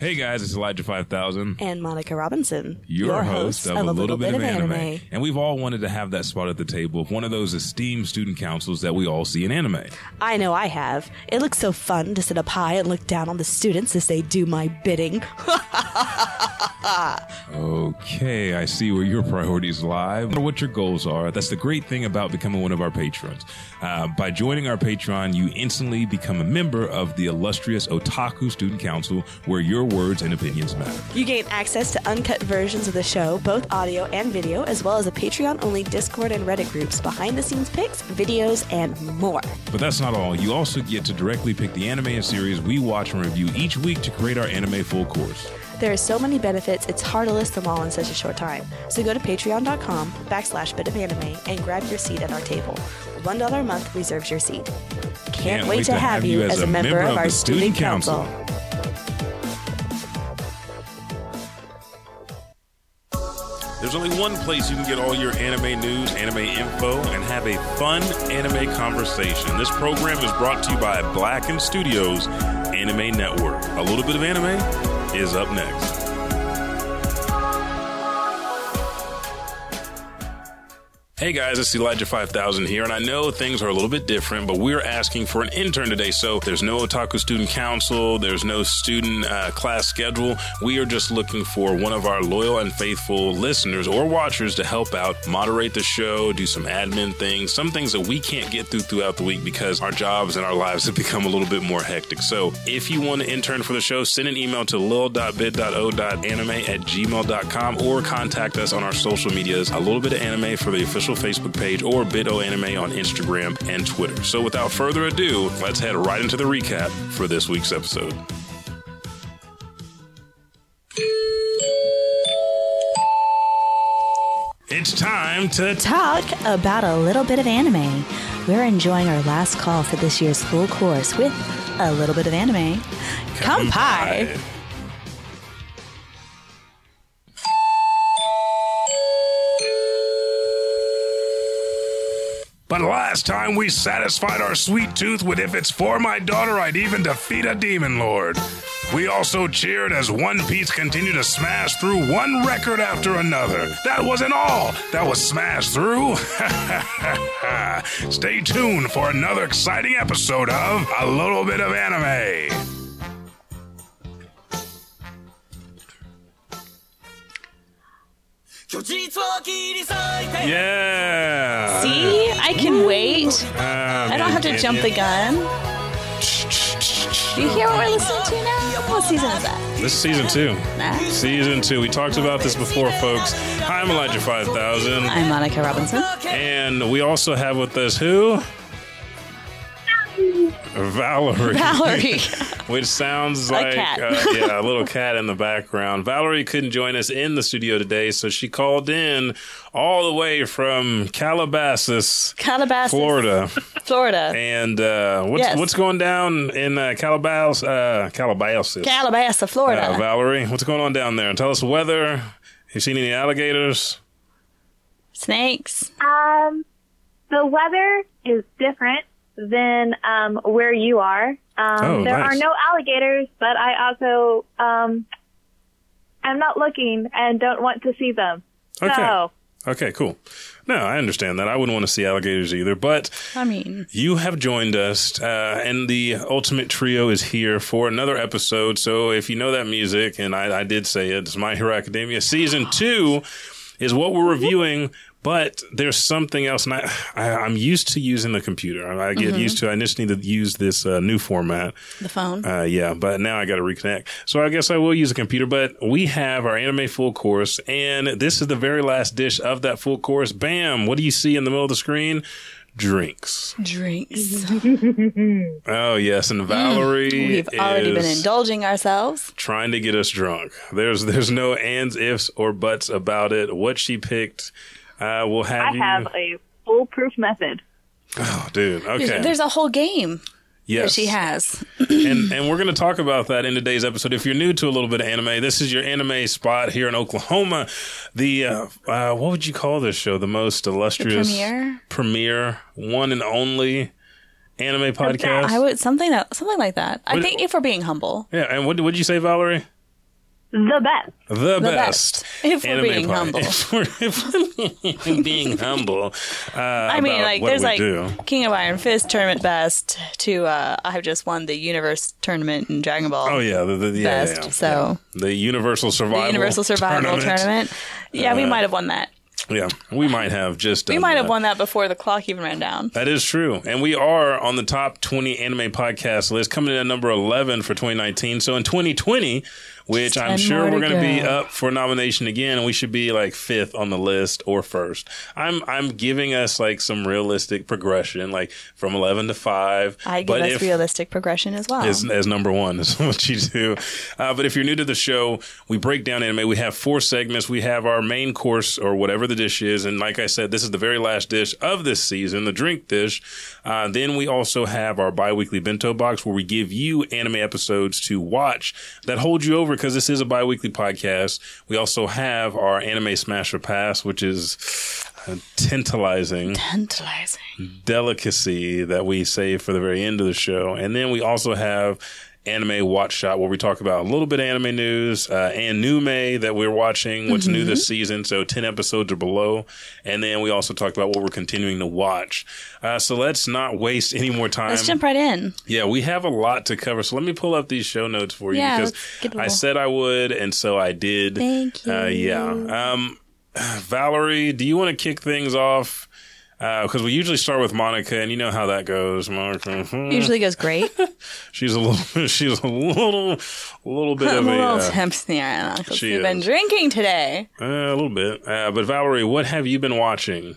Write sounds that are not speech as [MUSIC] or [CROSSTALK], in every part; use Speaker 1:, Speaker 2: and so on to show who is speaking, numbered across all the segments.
Speaker 1: Hey guys, it's Elijah 5000,
Speaker 2: and Monica Robinson,
Speaker 1: your, host of, A Little Bit of anime. And we've all wanted to have that spot at the table of one of those esteemed student councils that we all see in anime.
Speaker 2: I know I have. It looks so fun to sit up high and look down on the students as they do my bidding. [LAUGHS]
Speaker 1: Okay, I see where your priorities lie or what your goals are. That's the great thing about becoming one of our patrons. Uh, by joining our Patreon, you instantly become a member of the illustrious Otaku Student Council, where your words and opinions matter.
Speaker 2: you gain access to uncut versions of the show, both audio and video, as well as a Patreon only Discord and Reddit groups, behind the scenes pics, videos, and more.
Speaker 1: But that's not all. You also get to directly pick the anime and series we watch and review each week to create our anime full course.
Speaker 2: There are so many benefits, it's hard to list them all in such a short time. So go to patreon.com backslash bit of anime and grab your seat at our table. $1 a month reserves your seat. Can't, wait, to, have, you as a member, of our
Speaker 1: the
Speaker 2: student council.
Speaker 1: There's only one place you can get all your anime news, anime info, and have a fun anime conversation. This program is brought to you by Black and Studios Anime Network. A little bit of anime is up next. Hey guys, it's Elijah 5000 here, and I know things are a little bit different, but we're asking for an intern today. So there's no Otaku Student Council, there's no student uh, class schedule. We are just looking for one of our loyal and faithful listeners or watchers to help out, moderate the show, do some admin things, some things that we can't get through throughout the week because our jobs and our lives have become a little bit more hectic. So if you want to intern for the show, send an email to lil.bit.o.anime at gmail.com or contact us on our social medias, a little bit of anime for the official Facebook page or BitO Anime on Instagram and Twitter. So without further ado, let's head right into the recap for this week's episode. It's time to
Speaker 3: Talk about a little bit of anime. We're enjoying our last call for this year's full course with a little bit of anime. Come pie.
Speaker 1: But last time we satisfied our sweet tooth with if it's for my daughter, I'd even defeat a demon lord. We also cheered as One Piece continued to smash through one record after another. That wasn't all. That was smashed through. [LAUGHS] Stay tuned for another exciting episode of A Little Bit of Anime. Yeah.
Speaker 3: See, I can wait. I don't have to jump the gun. Do you hear what we're listening to now? What season is that?
Speaker 1: This is season two. Season two. We talked about this before, folks. Hi, I'm Elijah 5000.
Speaker 3: I'm Monica Robinson. [LAUGHS]
Speaker 1: And we also have with us who? Valerie.
Speaker 3: Valerie.
Speaker 1: [LAUGHS] Which sounds like
Speaker 3: cat.
Speaker 1: Uh, yeah, a little cat in the background. Valerie couldn't join us in the studio today, so she called in all the way from Calabasas,
Speaker 3: Calabasas,
Speaker 1: Florida.
Speaker 3: Florida.
Speaker 1: And uh, what's
Speaker 3: Yes.
Speaker 1: what's going down in uh, Calabas, uh, Calabasas?
Speaker 3: Calabasas, Florida.
Speaker 1: Uh, Valerie, what's going on down there? Tell us the weather. You seen any alligators?
Speaker 3: Snakes.
Speaker 4: Um, the weather is different than um, where you are. Um,
Speaker 1: Oh,
Speaker 4: there
Speaker 1: nice.
Speaker 4: are no alligators, but I also um, I'm not looking and don't want to see them.
Speaker 1: Okay.
Speaker 4: So
Speaker 1: Okay, cool. No, I understand that. I wouldn't want to see alligators either, but
Speaker 3: I mean,
Speaker 1: you have joined us, uh, and the Ultimate Trio is here for another episode. So if you know that music, and I, I did say it, it's My Hero Academia
Speaker 3: [GASPS]
Speaker 1: Season 2 is what we're reviewing, but there's something else. And I, [SIGHS] I, I'm used to using the computer. I get
Speaker 3: Mm-hmm.
Speaker 1: used to I just need to use this uh, new format.
Speaker 3: the phone.
Speaker 1: Uh, yeah, but now I got to reconnect. So I guess I will use a computer, but we have our anime full course, and this is the very last dish of that full course. Bam! What do you see in the middle of the screen? Drinks.
Speaker 3: Drinks.
Speaker 1: Oh, yes. And Valerie
Speaker 3: Mm, We've already been
Speaker 1: is
Speaker 3: indulging ourselves.
Speaker 1: trying to get us drunk. There's there's no ands, ifs, or buts about it. What she picked, uh, we'll have
Speaker 4: I
Speaker 1: you.
Speaker 4: have a foolproof method.
Speaker 1: oh, dude. Okay.
Speaker 3: There's, [LAUGHS] there's a whole game that
Speaker 1: yes.
Speaker 3: she has.
Speaker 1: and and we're going to talk about that in today's episode. If you're new to a little bit of anime, this is your anime spot here in Oklahoma. The uh, uh, what would you call this show? The most illustrious
Speaker 3: premiere?
Speaker 1: premiere, one and only anime podcast.
Speaker 3: I would something that something like that. I
Speaker 1: Would-
Speaker 3: think if we're being humble,
Speaker 1: yeah, and what what did you say, Valerie?
Speaker 4: the best.
Speaker 1: The,
Speaker 2: The best,
Speaker 1: best.
Speaker 2: if we're
Speaker 1: anime
Speaker 2: being
Speaker 1: pod-
Speaker 2: humble.
Speaker 1: [LAUGHS] If we're, if we're [LAUGHS] being humble. Uh,
Speaker 2: I mean,
Speaker 1: about
Speaker 2: like,
Speaker 1: what
Speaker 2: there's
Speaker 1: we
Speaker 2: like
Speaker 1: do.
Speaker 2: King of Iron Fist tournament best to uh, I have just won the Universe tournament in Dragon Ball.
Speaker 1: Oh yeah, the, the yeah,
Speaker 2: best,
Speaker 1: yeah,
Speaker 2: so-
Speaker 1: yeah. the Universal Survival
Speaker 2: the Universal Survival Tournament. Yeah, we
Speaker 1: Uh,
Speaker 2: might have won that.
Speaker 1: Yeah, we might have just
Speaker 2: We might have won that before the clock even ran down.
Speaker 1: That is true. And we are on the top 20 anime podcast list, coming in at number 11 for 2019. So in 2020, which I'm
Speaker 2: 10
Speaker 1: sure
Speaker 2: more
Speaker 1: we're
Speaker 2: to
Speaker 1: going to be
Speaker 2: go.
Speaker 1: up for nomination again, and we should be like fifth on the list or first. I'm I'm giving us like some realistic progression, like from 11 to 5.
Speaker 2: I give
Speaker 1: But
Speaker 2: us
Speaker 1: if-
Speaker 2: realistic progression as well.
Speaker 1: as, as number one is [LAUGHS] what you do. Uh, but if you're new to the show, we break down anime. We have four segments. We have our main course or whatever the dish is. And like I said, this is the very last dish of this season, the drink dish. Uh, then we also have our bi-weekly bento box where we give you anime episodes to watch that hold you over because this is a bi-weekly podcast. We also have our anime smash or pass, which is a tantalizing
Speaker 2: Tantalizing.
Speaker 1: delicacy that we save for the very end of the show. And then we also have anime watch shot where we talk about a little bit of anime news uh, and anime that we're watching what's new
Speaker 2: Mm-hmm.
Speaker 1: this season so 10 episodes or below and then we also talked about what we're continuing to watch uh, so let's not waste any more time
Speaker 2: Let's jump right in.
Speaker 1: yeah, we have a lot to cover. So let me pull up these show notes for you
Speaker 2: Yeah,
Speaker 1: because
Speaker 2: let's get a
Speaker 1: I
Speaker 2: little-
Speaker 1: said I would, and so I did.
Speaker 2: Thank
Speaker 1: Uh, yeah. Um, [SIGHS] Valerie, do you want to kick things off? Because we usually start with Monica, and you know how that goes. Monica, [LAUGHS] hmm,
Speaker 5: Usually goes
Speaker 1: [LAUGHS]
Speaker 5: great.
Speaker 1: she's a little, [LAUGHS] she's a little, a little bit of
Speaker 2: I'm [LAUGHS] a
Speaker 1: a,
Speaker 2: little
Speaker 1: uh,
Speaker 2: tipsy right now because
Speaker 1: she
Speaker 2: we've been
Speaker 1: is.
Speaker 2: drinking today.
Speaker 1: uh, a little bit. Uh, but Valerie, what have you been watching?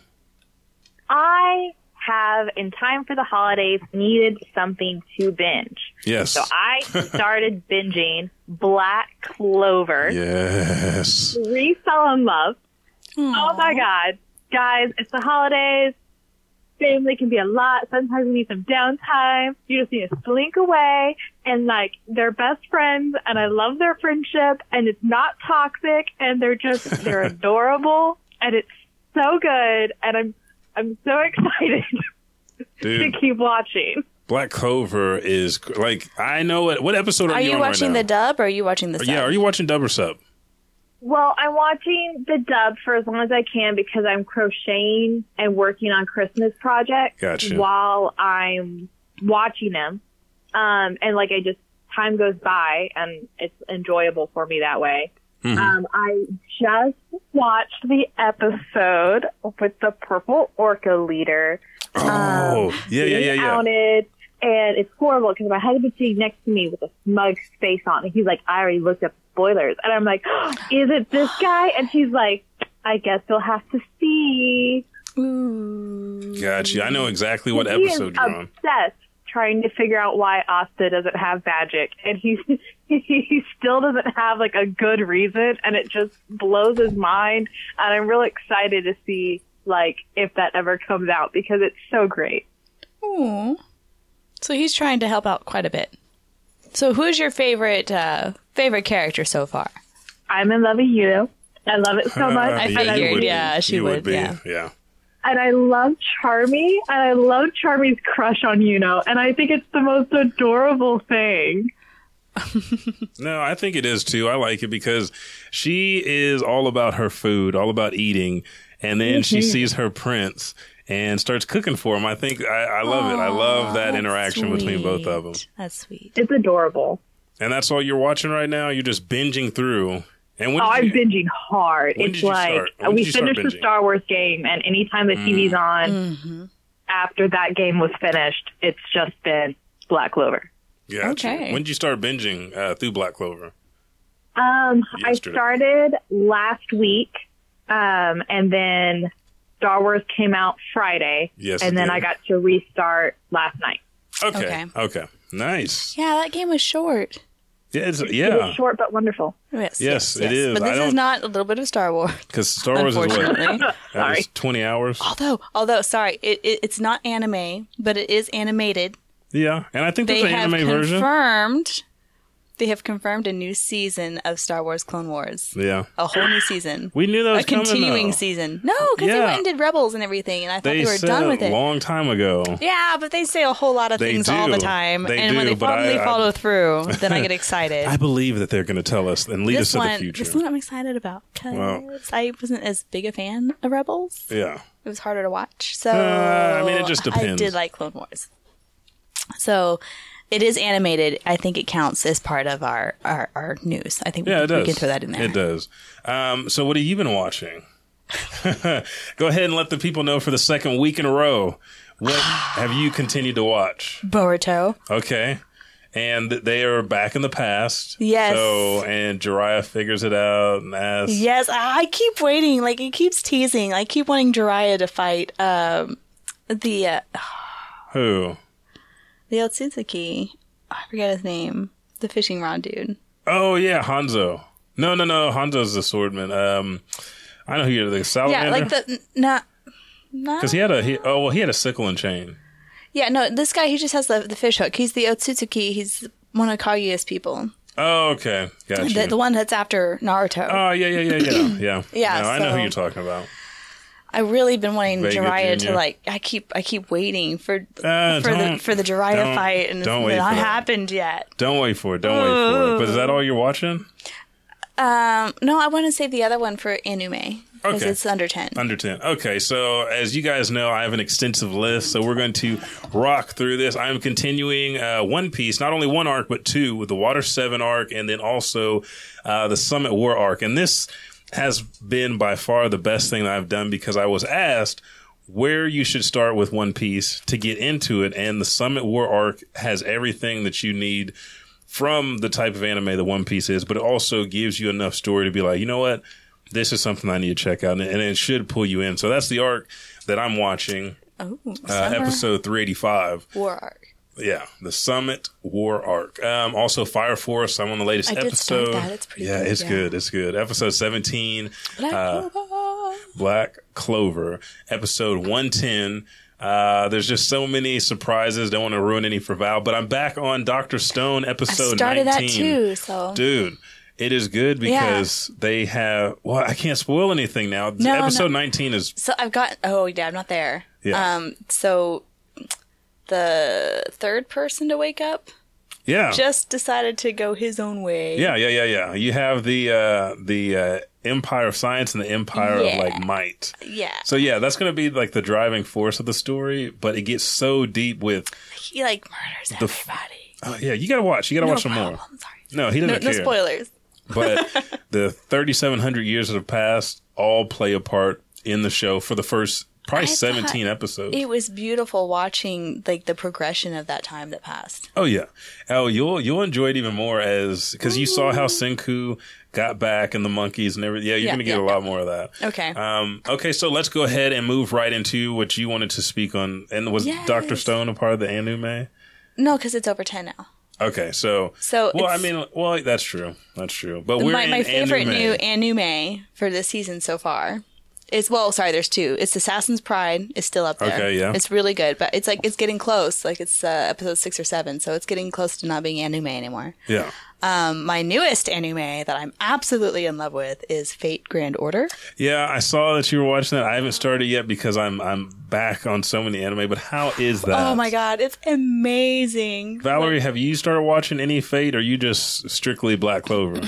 Speaker 4: I have, in time for the holidays, needed something to binge.
Speaker 1: Yes.
Speaker 4: So
Speaker 1: [LAUGHS]
Speaker 4: I started binging Black Clover.
Speaker 1: yes.
Speaker 4: We fell in love. Oh my God. Guys, it's the holidays. Family can be a lot. Sometimes we need some downtime. You just need to slink away. And like, they're best friends and I love their friendship and it's not toxic and they're just, they're adorable and it's so good. And I'm, I'm so [LAUGHS] excited to
Speaker 1: Dude,
Speaker 4: keep watching.
Speaker 1: Black Clover is cr- like I know it. What episode are,
Speaker 2: Are you
Speaker 1: on
Speaker 2: watching
Speaker 1: right
Speaker 2: the dub or are you watching the
Speaker 1: now?
Speaker 2: sub?
Speaker 1: Yeah, are you watching Dub or Sub?
Speaker 4: Well, I'm watching the dub for as long as I can because I'm crocheting and working on Christmas projects
Speaker 1: Gotcha.
Speaker 4: while I'm watching them. Um, and like I just, time goes by and it's enjoyable for me that way. Um, I just watched the episode with the purple orca leader Um,
Speaker 1: Oh, yeah, yeah, yeah,
Speaker 4: being
Speaker 1: yeah.
Speaker 4: outed. And it's horrible because my husband's sitting next to me with a smug face on. And he's like, I already looked up spoilers. And I'm like, [GASPS] is it this
Speaker 1: [GASPS]
Speaker 4: guy? And she's like, I guess you'll have to see.
Speaker 1: Gotcha. I know exactly what
Speaker 4: he is
Speaker 1: episode you're on.
Speaker 4: obsessed trying to figure out why Asta doesn't have magic. And he, [LAUGHS] he still doesn't have like a good reason. And it just blows his mind. And I'm really excited to see like if that ever comes out because it's so great.
Speaker 2: Ooh. So he's trying to help out quite a bit. So who's your favorite uh, favorite character so far?
Speaker 4: I'm in love with you. I love
Speaker 1: [LAUGHS]
Speaker 4: it so much.
Speaker 1: Uh,
Speaker 2: I
Speaker 1: you
Speaker 2: figured,
Speaker 1: would be.
Speaker 2: yeah, she
Speaker 1: You
Speaker 2: would, yeah.
Speaker 1: yeah.
Speaker 4: and I love Charmy, and I love Charmy's crush on Yuno, and I think it's the most adorable thing.
Speaker 1: No, I think it is too. I like it because she is all about her food, all about eating, and then she
Speaker 4: Mm-hmm.
Speaker 1: sees her prince and starts cooking for him. I think I, I love it. I love that interaction between both of them.
Speaker 2: That's sweet.
Speaker 4: It's adorable.
Speaker 1: And that's all you're watching right now. You're just binging through. And when
Speaker 4: Oh,
Speaker 1: did
Speaker 4: I'm
Speaker 1: you-
Speaker 4: binging hard.
Speaker 1: When
Speaker 4: it's
Speaker 1: did you
Speaker 4: like
Speaker 1: start- when
Speaker 4: we
Speaker 1: did you start
Speaker 4: finished the
Speaker 1: binging?
Speaker 4: Star Wars game, and anytime the TV's on after that game was finished, it's just been Black Clover.
Speaker 1: Gotcha.
Speaker 2: Okay.
Speaker 1: When did you start binging uh, through Black Clover?
Speaker 4: Um, I
Speaker 1: Yesterday.
Speaker 4: started last week, um, and then Star Wars came out Friday,
Speaker 1: Yes, it
Speaker 4: and then
Speaker 1: did.
Speaker 4: I got to restart last night.
Speaker 1: Okay.
Speaker 2: Okay.
Speaker 1: Okay. Nice.
Speaker 2: Yeah, that game was short.
Speaker 1: Yeah. It's,
Speaker 4: It
Speaker 1: yeah.
Speaker 4: is short but wonderful.
Speaker 2: Yes,
Speaker 1: Yes, it is.
Speaker 2: But
Speaker 1: I
Speaker 2: this
Speaker 1: don't-
Speaker 2: is not a little bit of Star Wars,
Speaker 1: Because Star Wars is what?
Speaker 2: unfortunately.
Speaker 1: That was
Speaker 4: Sorry.
Speaker 1: 20 hours.
Speaker 2: [LAUGHS] although, although, sorry, it, it, it's not anime, but it is animated.
Speaker 1: Yeah. And I think there's
Speaker 2: They
Speaker 1: an
Speaker 2: have
Speaker 1: anime version.
Speaker 2: confirmed They have confirmed a new season of Star Wars Clone Wars.
Speaker 1: Yeah.
Speaker 2: A whole new season.
Speaker 1: We knew that was
Speaker 2: a
Speaker 1: coming,
Speaker 2: continuing
Speaker 1: though.
Speaker 2: season. No, because they
Speaker 1: Yeah.
Speaker 2: went and did Rebels and everything, and I thought
Speaker 1: They,
Speaker 2: they, were
Speaker 1: said
Speaker 2: done with
Speaker 1: a
Speaker 2: it.
Speaker 1: long time ago.
Speaker 2: yeah, but they say a whole lot of
Speaker 1: They
Speaker 2: things all
Speaker 1: do.
Speaker 2: the time,
Speaker 1: They
Speaker 2: and when
Speaker 1: do,
Speaker 2: they
Speaker 1: but I-
Speaker 2: finally
Speaker 1: I-
Speaker 2: follow through,
Speaker 1: [LAUGHS]
Speaker 2: then I get excited.
Speaker 1: I believe that they're going to tell us and lead
Speaker 2: this
Speaker 1: us to
Speaker 2: one,
Speaker 1: the future.
Speaker 2: this one, I'm excited about because
Speaker 1: Wow.
Speaker 2: I wasn't as big a fan of Rebels.
Speaker 1: yeah.
Speaker 2: it was harder to watch. So
Speaker 1: Uh, I mean, it just
Speaker 2: I
Speaker 1: depends.
Speaker 2: did like Clone Wars. So it is animated. I think it counts as part of our our, our news. I think
Speaker 1: Yeah,
Speaker 2: we,
Speaker 1: it does.
Speaker 2: we can throw that in there.
Speaker 1: It does. Um, so, what have you been watching? [LAUGHS] Go ahead and let the people know for the second week in a row.
Speaker 2: [SIGHS]
Speaker 1: What have you continued to watch?
Speaker 2: Boruto.
Speaker 1: Okay. And th- they are back in the past.
Speaker 2: Yes.
Speaker 1: So, and Jiraiya figures it out and asks.
Speaker 2: Yes, I I keep waiting. Like it keeps teasing. I keep wanting Jiraiya to fight um the uh,
Speaker 1: Who?
Speaker 2: the Otsutsuki. I forget his name. The fishing rod dude.
Speaker 1: Oh, yeah, Hanzo. No, no, no. Hanzo's the swordman. Um, I know who you're the
Speaker 2: Yeah,
Speaker 1: salamander.
Speaker 2: like the n- not not
Speaker 1: Because he had a. He, oh, well, he had a sickle and chain.
Speaker 2: yeah no. This guy he just has the the fish hook. He's the Otsutsuki. He's one of Kaguya's people.
Speaker 1: Oh, okay. Gotcha.
Speaker 2: the, the one that's after Naruto.
Speaker 1: oh, yeah, yeah, yeah,
Speaker 2: [CLEARS THROAT]
Speaker 1: yeah. yeah.
Speaker 2: Yeah,
Speaker 1: No, I know who
Speaker 2: so-
Speaker 1: you're talking about.
Speaker 2: I really been wanting
Speaker 1: Vega
Speaker 2: Jiraiya
Speaker 1: Jr..
Speaker 2: to like. I keep I keep waiting for
Speaker 1: Uh,
Speaker 2: for
Speaker 1: don't-
Speaker 2: the for the Jiraiya
Speaker 1: don't-
Speaker 2: fight, and it's
Speaker 1: don't
Speaker 2: not
Speaker 1: wait for that.
Speaker 2: happened yet.
Speaker 1: Don't wait for it. Don't wait for it. But is that
Speaker 2: Uh.
Speaker 1: all you're watching?
Speaker 2: Um, no, I want to save the other one for anime because
Speaker 1: Okay.
Speaker 2: it's under ten.
Speaker 1: Under 10. Okay, so as you guys know, I have an extensive list, so we're going to rock through this. I'm continuing uh, One Piece, not only one arc, but two, with the Water 7 arc and then also uh, the Summit War arc. And this has been by far the best thing that I've done because I was asked where you should start with One Piece to get into it, and the Summit War arc has everything that you need from the type of anime that One Piece is, but it also gives you enough story to be like, you know what? This is something I need to check out, and and it should pull you in. So that's the arc that I'm watching,
Speaker 2: Oh,
Speaker 1: uh,
Speaker 2: summer
Speaker 1: episode uh, 385.
Speaker 2: war arc.
Speaker 1: Yeah, the Summit War arc. Um, also, Fire Force. I'm on the latest
Speaker 2: I did start
Speaker 1: episode.
Speaker 2: that. It's pretty
Speaker 1: Yeah,
Speaker 2: good,
Speaker 1: it's
Speaker 2: yeah.
Speaker 1: good. It's good. Episode 17.
Speaker 2: Black
Speaker 1: uh,
Speaker 2: Clover.
Speaker 1: Black Clover, episode 110. Uh, there's just so many surprises. Don't want to ruin any for Val, but I'm back on Doctor Stone episode
Speaker 2: started
Speaker 1: 19.
Speaker 2: that too. So
Speaker 1: Dude, it is good
Speaker 2: Yeah.
Speaker 1: because they have. Well, I can't spoil anything now.
Speaker 2: No,
Speaker 1: episode
Speaker 2: no.
Speaker 1: 19 is.
Speaker 2: so I've got. Oh yeah, I'm not there.
Speaker 1: Yeah.
Speaker 2: Um. So the third person to wake up
Speaker 1: Yeah.
Speaker 2: just decided to go his own way.
Speaker 1: yeah, yeah, yeah, yeah. You have the uh, the uh, Empire of Science and the Empire
Speaker 2: Yeah.
Speaker 1: of like Might.
Speaker 2: Yeah.
Speaker 1: So yeah, that's going to be like the driving force of the story, but it gets so deep with.
Speaker 2: he like murders
Speaker 1: f-
Speaker 2: everybody. Oh,
Speaker 1: Oh yeah, you got to watch. You got to watch some more.
Speaker 2: I'm sorry.
Speaker 1: No, he
Speaker 2: No,
Speaker 1: doesn't
Speaker 2: no
Speaker 1: care.
Speaker 2: [LAUGHS] spoilers.
Speaker 1: but the 3,700 years that have passed all play a part in the show for the first probably
Speaker 2: thought
Speaker 1: 17 episodes.
Speaker 2: It was beautiful watching like the progression of that time that passed.
Speaker 1: oh yeah. Oh, you'll you'll enjoy it even more as because you saw how Senku got back and the monkeys and everything. Yeah, you're
Speaker 2: Yeah,
Speaker 1: gonna get
Speaker 2: yeah,
Speaker 1: a lot more of that.
Speaker 2: Okay.
Speaker 1: Um, okay, so let's go ahead and move right into what you wanted to speak on. And was
Speaker 2: Yes.
Speaker 1: Doctor Stone a part of the anime?
Speaker 2: no, because it's over ten now.
Speaker 1: Okay, so
Speaker 2: So
Speaker 1: well, I
Speaker 2: it's-
Speaker 1: mean, well, that's true, that's true. But we're
Speaker 2: my,
Speaker 1: in
Speaker 2: my favorite
Speaker 1: anime.
Speaker 2: new anime for this season so far is well, sorry, there's two. It's Assassin's Pride is still up there.
Speaker 1: Okay, yeah.
Speaker 2: It's really good, but it's like it's getting close. Like it's uh, episode six or seven, so it's getting close to not being anime anymore.
Speaker 1: yeah.
Speaker 2: Um, my newest anime that I'm absolutely in love with is Fate Grand Order.
Speaker 1: Yeah, I saw that you were watching that. I haven't started yet because I'm I'm back on so many anime. But how is that?
Speaker 2: Oh my god, it's amazing.
Speaker 1: Valerie, have you started watching any Fate, or you just strictly Black Clover?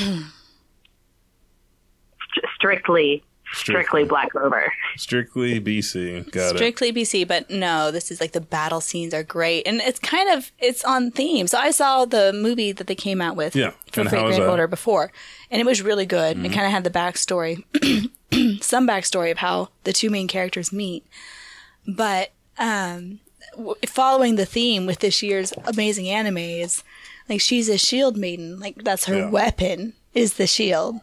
Speaker 4: Strictly, strictly Black Clover.
Speaker 1: strictly BC. Got it.
Speaker 2: strictly BC, but no, this is like the battle scenes are great, and it's kind of it's on theme. So I saw the movie that they came out with
Speaker 1: Yeah.
Speaker 2: for
Speaker 1: And
Speaker 2: Fate
Speaker 1: how is
Speaker 2: Grand
Speaker 1: that? Mm-hmm.
Speaker 2: Order before, and it was really good. It kind of had the backstory, [CLEARS THROAT] some backstory of how the two main characters meet, but um, w- following the theme with this year's amazing anime is like she's a shield maiden, like that's her
Speaker 1: Yeah.
Speaker 2: weapon is the shield,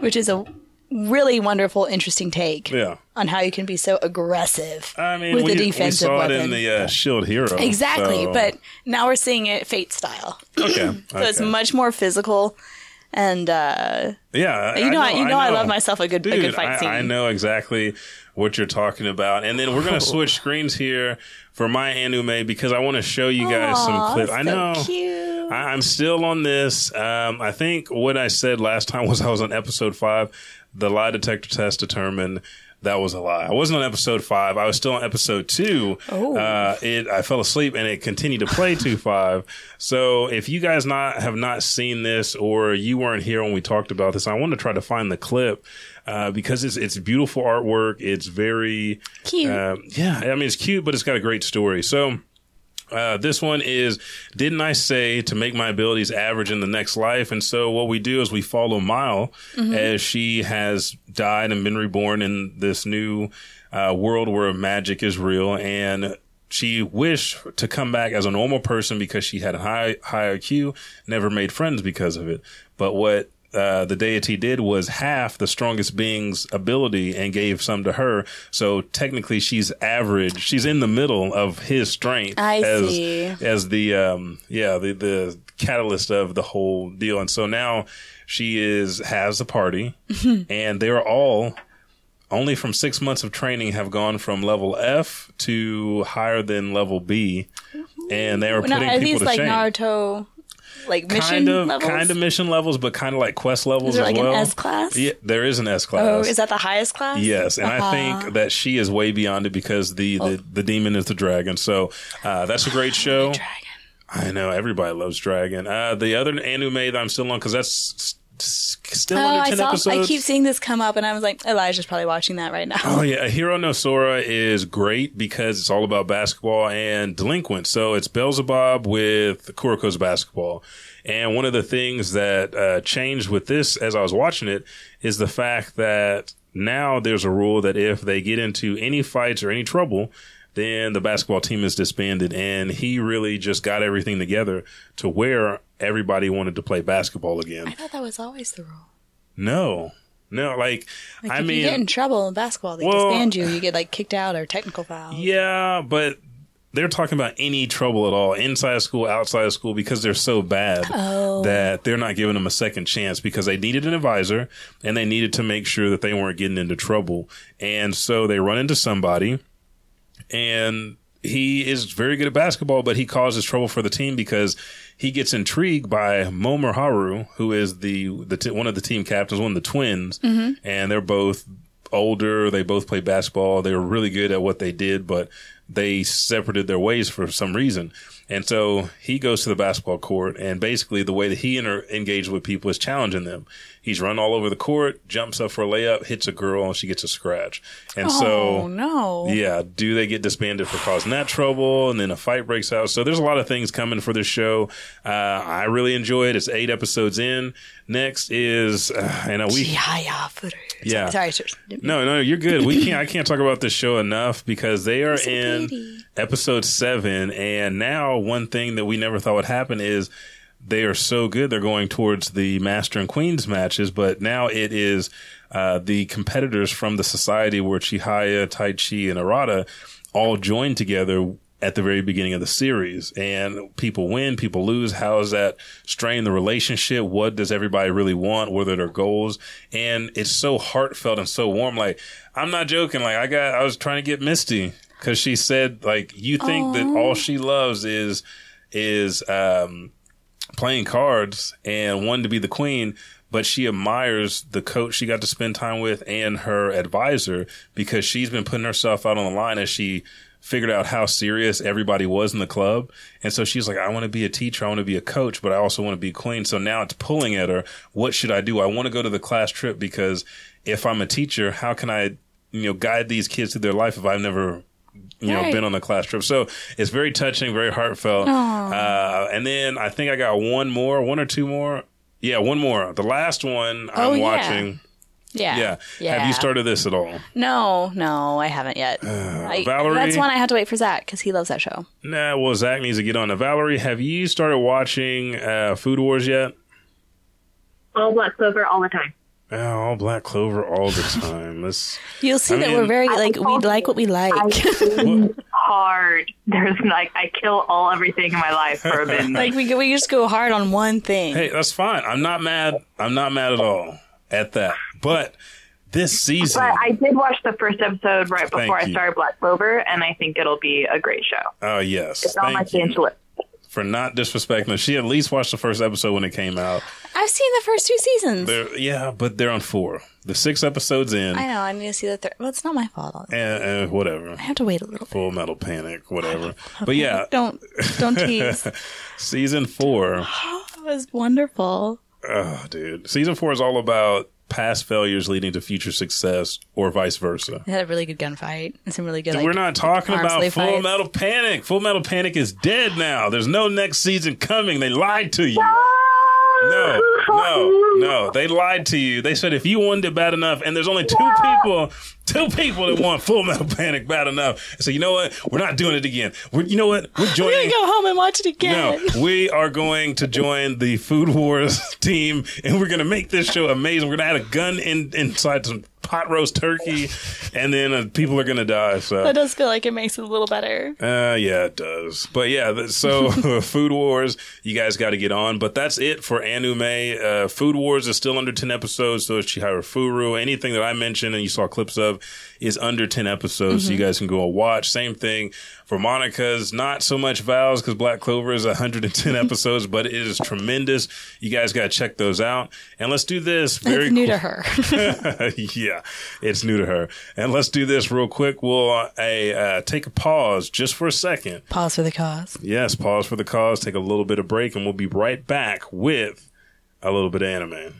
Speaker 2: which is a really wonderful, interesting take
Speaker 1: Yeah.
Speaker 2: on how you can be so aggressive
Speaker 1: I mean,
Speaker 2: with
Speaker 1: we,
Speaker 2: a
Speaker 1: we
Speaker 2: defensive
Speaker 1: saw
Speaker 2: weapon.
Speaker 1: it in the uh, Shield Hero.
Speaker 2: exactly,
Speaker 1: so-
Speaker 2: but now we're seeing it Fate style. [CLEARS THROAT] so
Speaker 1: okay,
Speaker 2: it's
Speaker 1: okay.
Speaker 2: much more physical. And uh,
Speaker 1: Yeah,
Speaker 2: you know, I, you know, I, love myself a good
Speaker 1: Dude,
Speaker 2: a good fight
Speaker 1: I,
Speaker 2: scene. Oh.
Speaker 1: I know exactly what you're talking about. And then we're gonna switch screens here for my anime because I want to show you guys some
Speaker 2: Aw,
Speaker 1: clips. I
Speaker 2: so
Speaker 1: know.
Speaker 2: Cute.
Speaker 1: I, I'm still on this. Um, I think what I said last [LAUGHS] time was I was on episode five. The lie detector test determined that was a lie. I wasn't on episode five. I was still on episode two.
Speaker 2: Oh.
Speaker 1: Uh, it I fell asleep and it continued to play
Speaker 2: [LAUGHS]
Speaker 1: two five. So if you guys not have not seen this or you weren't here when we talked about this, I want to try to find the clip uh, because it's it's beautiful artwork. It's very
Speaker 2: Cute.
Speaker 1: uh, yeah, I mean it's cute, but it's got a great story. So. Uh, this one is Didn't I Say to Make My Abilities Average in the Next Life? And so, what we do is we follow Mile as she has died and been reborn in this new uh, world where magic is real. And she wished to come back as a normal person because she had a high, high IQ, never made friends because of it. But what uh, the deity did was half the strongest being's ability and gave some to her. So technically, she's average. She's in the middle of his strength
Speaker 2: I
Speaker 1: as
Speaker 2: see.
Speaker 1: as the um yeah the the catalyst of the whole deal. And so now she is has the
Speaker 2: [LAUGHS]
Speaker 1: party, and they are all only from six months of training have gone from level F to higher than level B,
Speaker 2: Mm-hmm.
Speaker 1: and they are
Speaker 2: Not,
Speaker 1: putting
Speaker 2: are
Speaker 1: people
Speaker 2: these
Speaker 1: to
Speaker 2: like
Speaker 1: shame.
Speaker 2: Naruto, like mission
Speaker 1: kind of
Speaker 2: levels?
Speaker 1: kind of mission levels, but kind of like quest levels
Speaker 2: Is there
Speaker 1: as
Speaker 2: like an
Speaker 1: well.
Speaker 2: S class?
Speaker 1: Yeah, there is an S class.
Speaker 2: Oh, is Uh-huh. that the highest class?
Speaker 1: Yes, and I think that she is way beyond it because the,
Speaker 2: Oh.
Speaker 1: the, the demon is the dragon. So uh, that's a great show.
Speaker 2: Dragon.
Speaker 1: I know everybody loves Dragon. Uh, the other anime that I'm still on because that's s- s- still
Speaker 2: Oh,
Speaker 1: under
Speaker 2: I
Speaker 1: ten
Speaker 2: saw.
Speaker 1: episodes.
Speaker 2: I keep seeing this come up, and I was like, Elijah's probably watching that right now.
Speaker 1: Oh yeah, A Hero No Sora is great because it's all about basketball and delinquents. So it's Beelzebub with Kuriko's basketball. And one of the things that uh, changed with this as I was watching it is the fact that now there's a rule that if they get into any fights or any trouble, then the basketball team is disbanded. And he really just got everything together to where everybody wanted to play basketball again.
Speaker 2: I thought that was always the rule.
Speaker 1: No. No, like,
Speaker 2: Like,
Speaker 1: I
Speaker 2: if
Speaker 1: mean,
Speaker 2: you get in trouble in basketball, they
Speaker 1: Well-
Speaker 2: disband you. You get like kicked out or technical foul.
Speaker 1: Yeah, but they're talking about any trouble at all, inside of school, outside of school, because they're so bad that they're not giving them a second chance because they needed an advisor and they needed to make sure that they weren't getting into trouble. And so they run into somebody and he is very good at basketball, but he causes trouble for the team because he gets intrigued by Momer Haru, who is the, the t- one of the team captains, one of the twins, and they're both older. They both play basketball. They were really good at what they did, but they separated their ways for some reason. And so he goes to the basketball court, and basically the way that he inter- engaged with people is challenging them. He's run all over the court, jumps up for a layup, hits a girl, and she gets a scratch. And so
Speaker 2: oh no.
Speaker 1: yeah. Do they get disbanded for causing that trouble? And then a fight breaks out. So there's a lot of things coming for this show. Uh, I really enjoy it. It's eight episodes in. Next is, uh, and uh, we,
Speaker 2: Yeah, yeah, footer.
Speaker 1: Yeah.
Speaker 2: Sorry, sorry. sir.
Speaker 1: no, no, you're good. We can't, I can't talk about this show enough because they are in episode seven. And now one thing that we never thought would happen is they are so good. They're going towards the master and queens matches, but now it is, uh, the competitors from the society where Chihaya, Tai Chi, and Arata all joined together at the very beginning of the series and people win people lose how does that strain the relationship what does everybody really want what are their goals and it's so heartfelt and so warm like i'm not joking like i got i was trying to get misty because she said like you think that all she loves is is um playing cards and wanted to be the queen, but she admires the coach she got to spend time with and her advisor because she's been putting herself out on the line as she figured out how serious everybody was in the club. And so she's like, I want to be a teacher, I want to be a coach, but I also want to be queen. So now it's pulling at her. What should I do? I want to go to the class trip because if I'm a teacher, how can I, you know, guide these kids through their life if I've never you know,
Speaker 2: Right.
Speaker 1: been on the class trip. So it's very touching, very heartfelt. Uh, and then I think I got one more, one or two more. Yeah, one more. The last one I'm
Speaker 2: Oh, yeah. Uh,
Speaker 1: watching.
Speaker 2: Yeah.
Speaker 1: Yeah. Have you started this at all?
Speaker 2: No, no, I haven't yet. I,
Speaker 1: Uh, Valerie?
Speaker 2: That's one I have to wait for Zach because he loves that show.
Speaker 1: Nah, well, Zach needs to get on. Now, Valerie, have you started watching uh, Food Wars yet?
Speaker 4: All black clover all the time.
Speaker 1: Oh, all Black Clover all the time. This,
Speaker 2: You'll see
Speaker 1: I
Speaker 2: that
Speaker 1: mean-
Speaker 2: we're very like we like what we like.
Speaker 1: well,
Speaker 4: Hard. [LAUGHS] There's like I kill all everything in my life
Speaker 1: [LAUGHS]
Speaker 4: for a bit.
Speaker 2: like [LAUGHS] we we just go hard on one thing.
Speaker 1: hey, that's fine. I'm not mad. I'm not mad at all at that. But this season,
Speaker 4: But I did watch the first episode right
Speaker 1: Thank
Speaker 4: before I
Speaker 1: you.
Speaker 4: started Black Clover, and I think it'll be a great show.
Speaker 1: oh yes,
Speaker 4: It's on my
Speaker 1: thank you.
Speaker 4: binge list.
Speaker 1: for not disrespecting them. She at least watched the first episode when it came out.
Speaker 2: I've seen the first two seasons.
Speaker 1: They're, yeah, but they're on four. The six episodes in,
Speaker 2: I know. I need to see the third. Well, it's not my fault. I
Speaker 1: and, and uh, whatever.
Speaker 2: have to wait a little bit.
Speaker 1: Full Metal Panic, whatever. But yeah,
Speaker 2: Don't
Speaker 1: [LAUGHS]
Speaker 2: don't tease.
Speaker 1: season four.
Speaker 2: That was wonderful.
Speaker 1: Oh, dude, season four is all about past failures leading to future success, or vice versa.
Speaker 2: They had a really good gunfight and some really good.
Speaker 1: We're
Speaker 2: like,
Speaker 1: not talking
Speaker 2: arm
Speaker 1: about Full
Speaker 2: sleeve fights.
Speaker 1: Metal Panic. Full Metal Panic is dead now. There's no next season coming. They lied to you. No, no, no. They lied to you. They said if you wanted it bad enough, and there's only two people, two people that want Full Metal Panic bad enough. So you know what? We're not doing it again. We're, you know what? We're
Speaker 2: We're
Speaker 1: joining.
Speaker 2: gonna go home and watch it again. [LAUGHS]
Speaker 1: No, we are going to join the Food Wars [LAUGHS] team, and we're going to make this show amazing. We're going to add a gun in, inside some pot roast turkey, and then uh, people are going to die. So
Speaker 2: That does feel like it makes it a little better.
Speaker 1: uh, yeah, it does. But yeah, th- so [LAUGHS] Food Wars, you guys got to get on. But that's it for Anume. Uh, Food Wars is still under 10 episodes, so is Chihara Furu. Anything that I mentioned and you saw clips of is under 10 episodes, so you
Speaker 2: Mm-hmm.
Speaker 1: guys can go and watch. Same thing for Monica's, not so much Vows because Black Clover is 110
Speaker 2: [LAUGHS]
Speaker 1: episodes, but it is tremendous. You guys got to check those out. And let's do this very
Speaker 2: it's new
Speaker 1: quick-
Speaker 2: to her. [LAUGHS]
Speaker 1: [LAUGHS] yeah, it's new to her. And let's do this real quick. We'll uh, a, uh, take a pause just for a second.
Speaker 2: Pause for the cause.
Speaker 1: Yes, pause for the cause, take a little bit of break, and we'll be right back with a little bit of anime.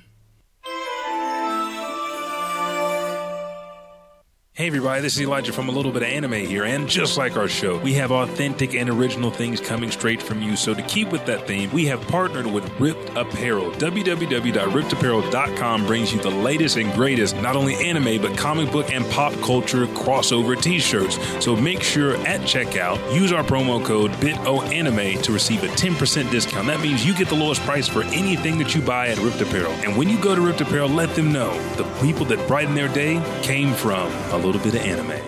Speaker 1: Hey everybody, this is Elijah from A Little Bit of Anime here, and just like our show, we have authentic and original things coming straight from you. So to keep with that theme, we have partnered with Ripped Apparel. www.rippedapparel.com brings you the latest and greatest, not only anime, but comic book and pop culture crossover t-shirts. So make sure at checkout, use our promo code BITOANIME to receive a 10% discount. That means you get the lowest price for anything that you buy at Ripped Apparel. And when you go to Ripped Apparel, let them know the people that brighten their day came from a little bit of anime.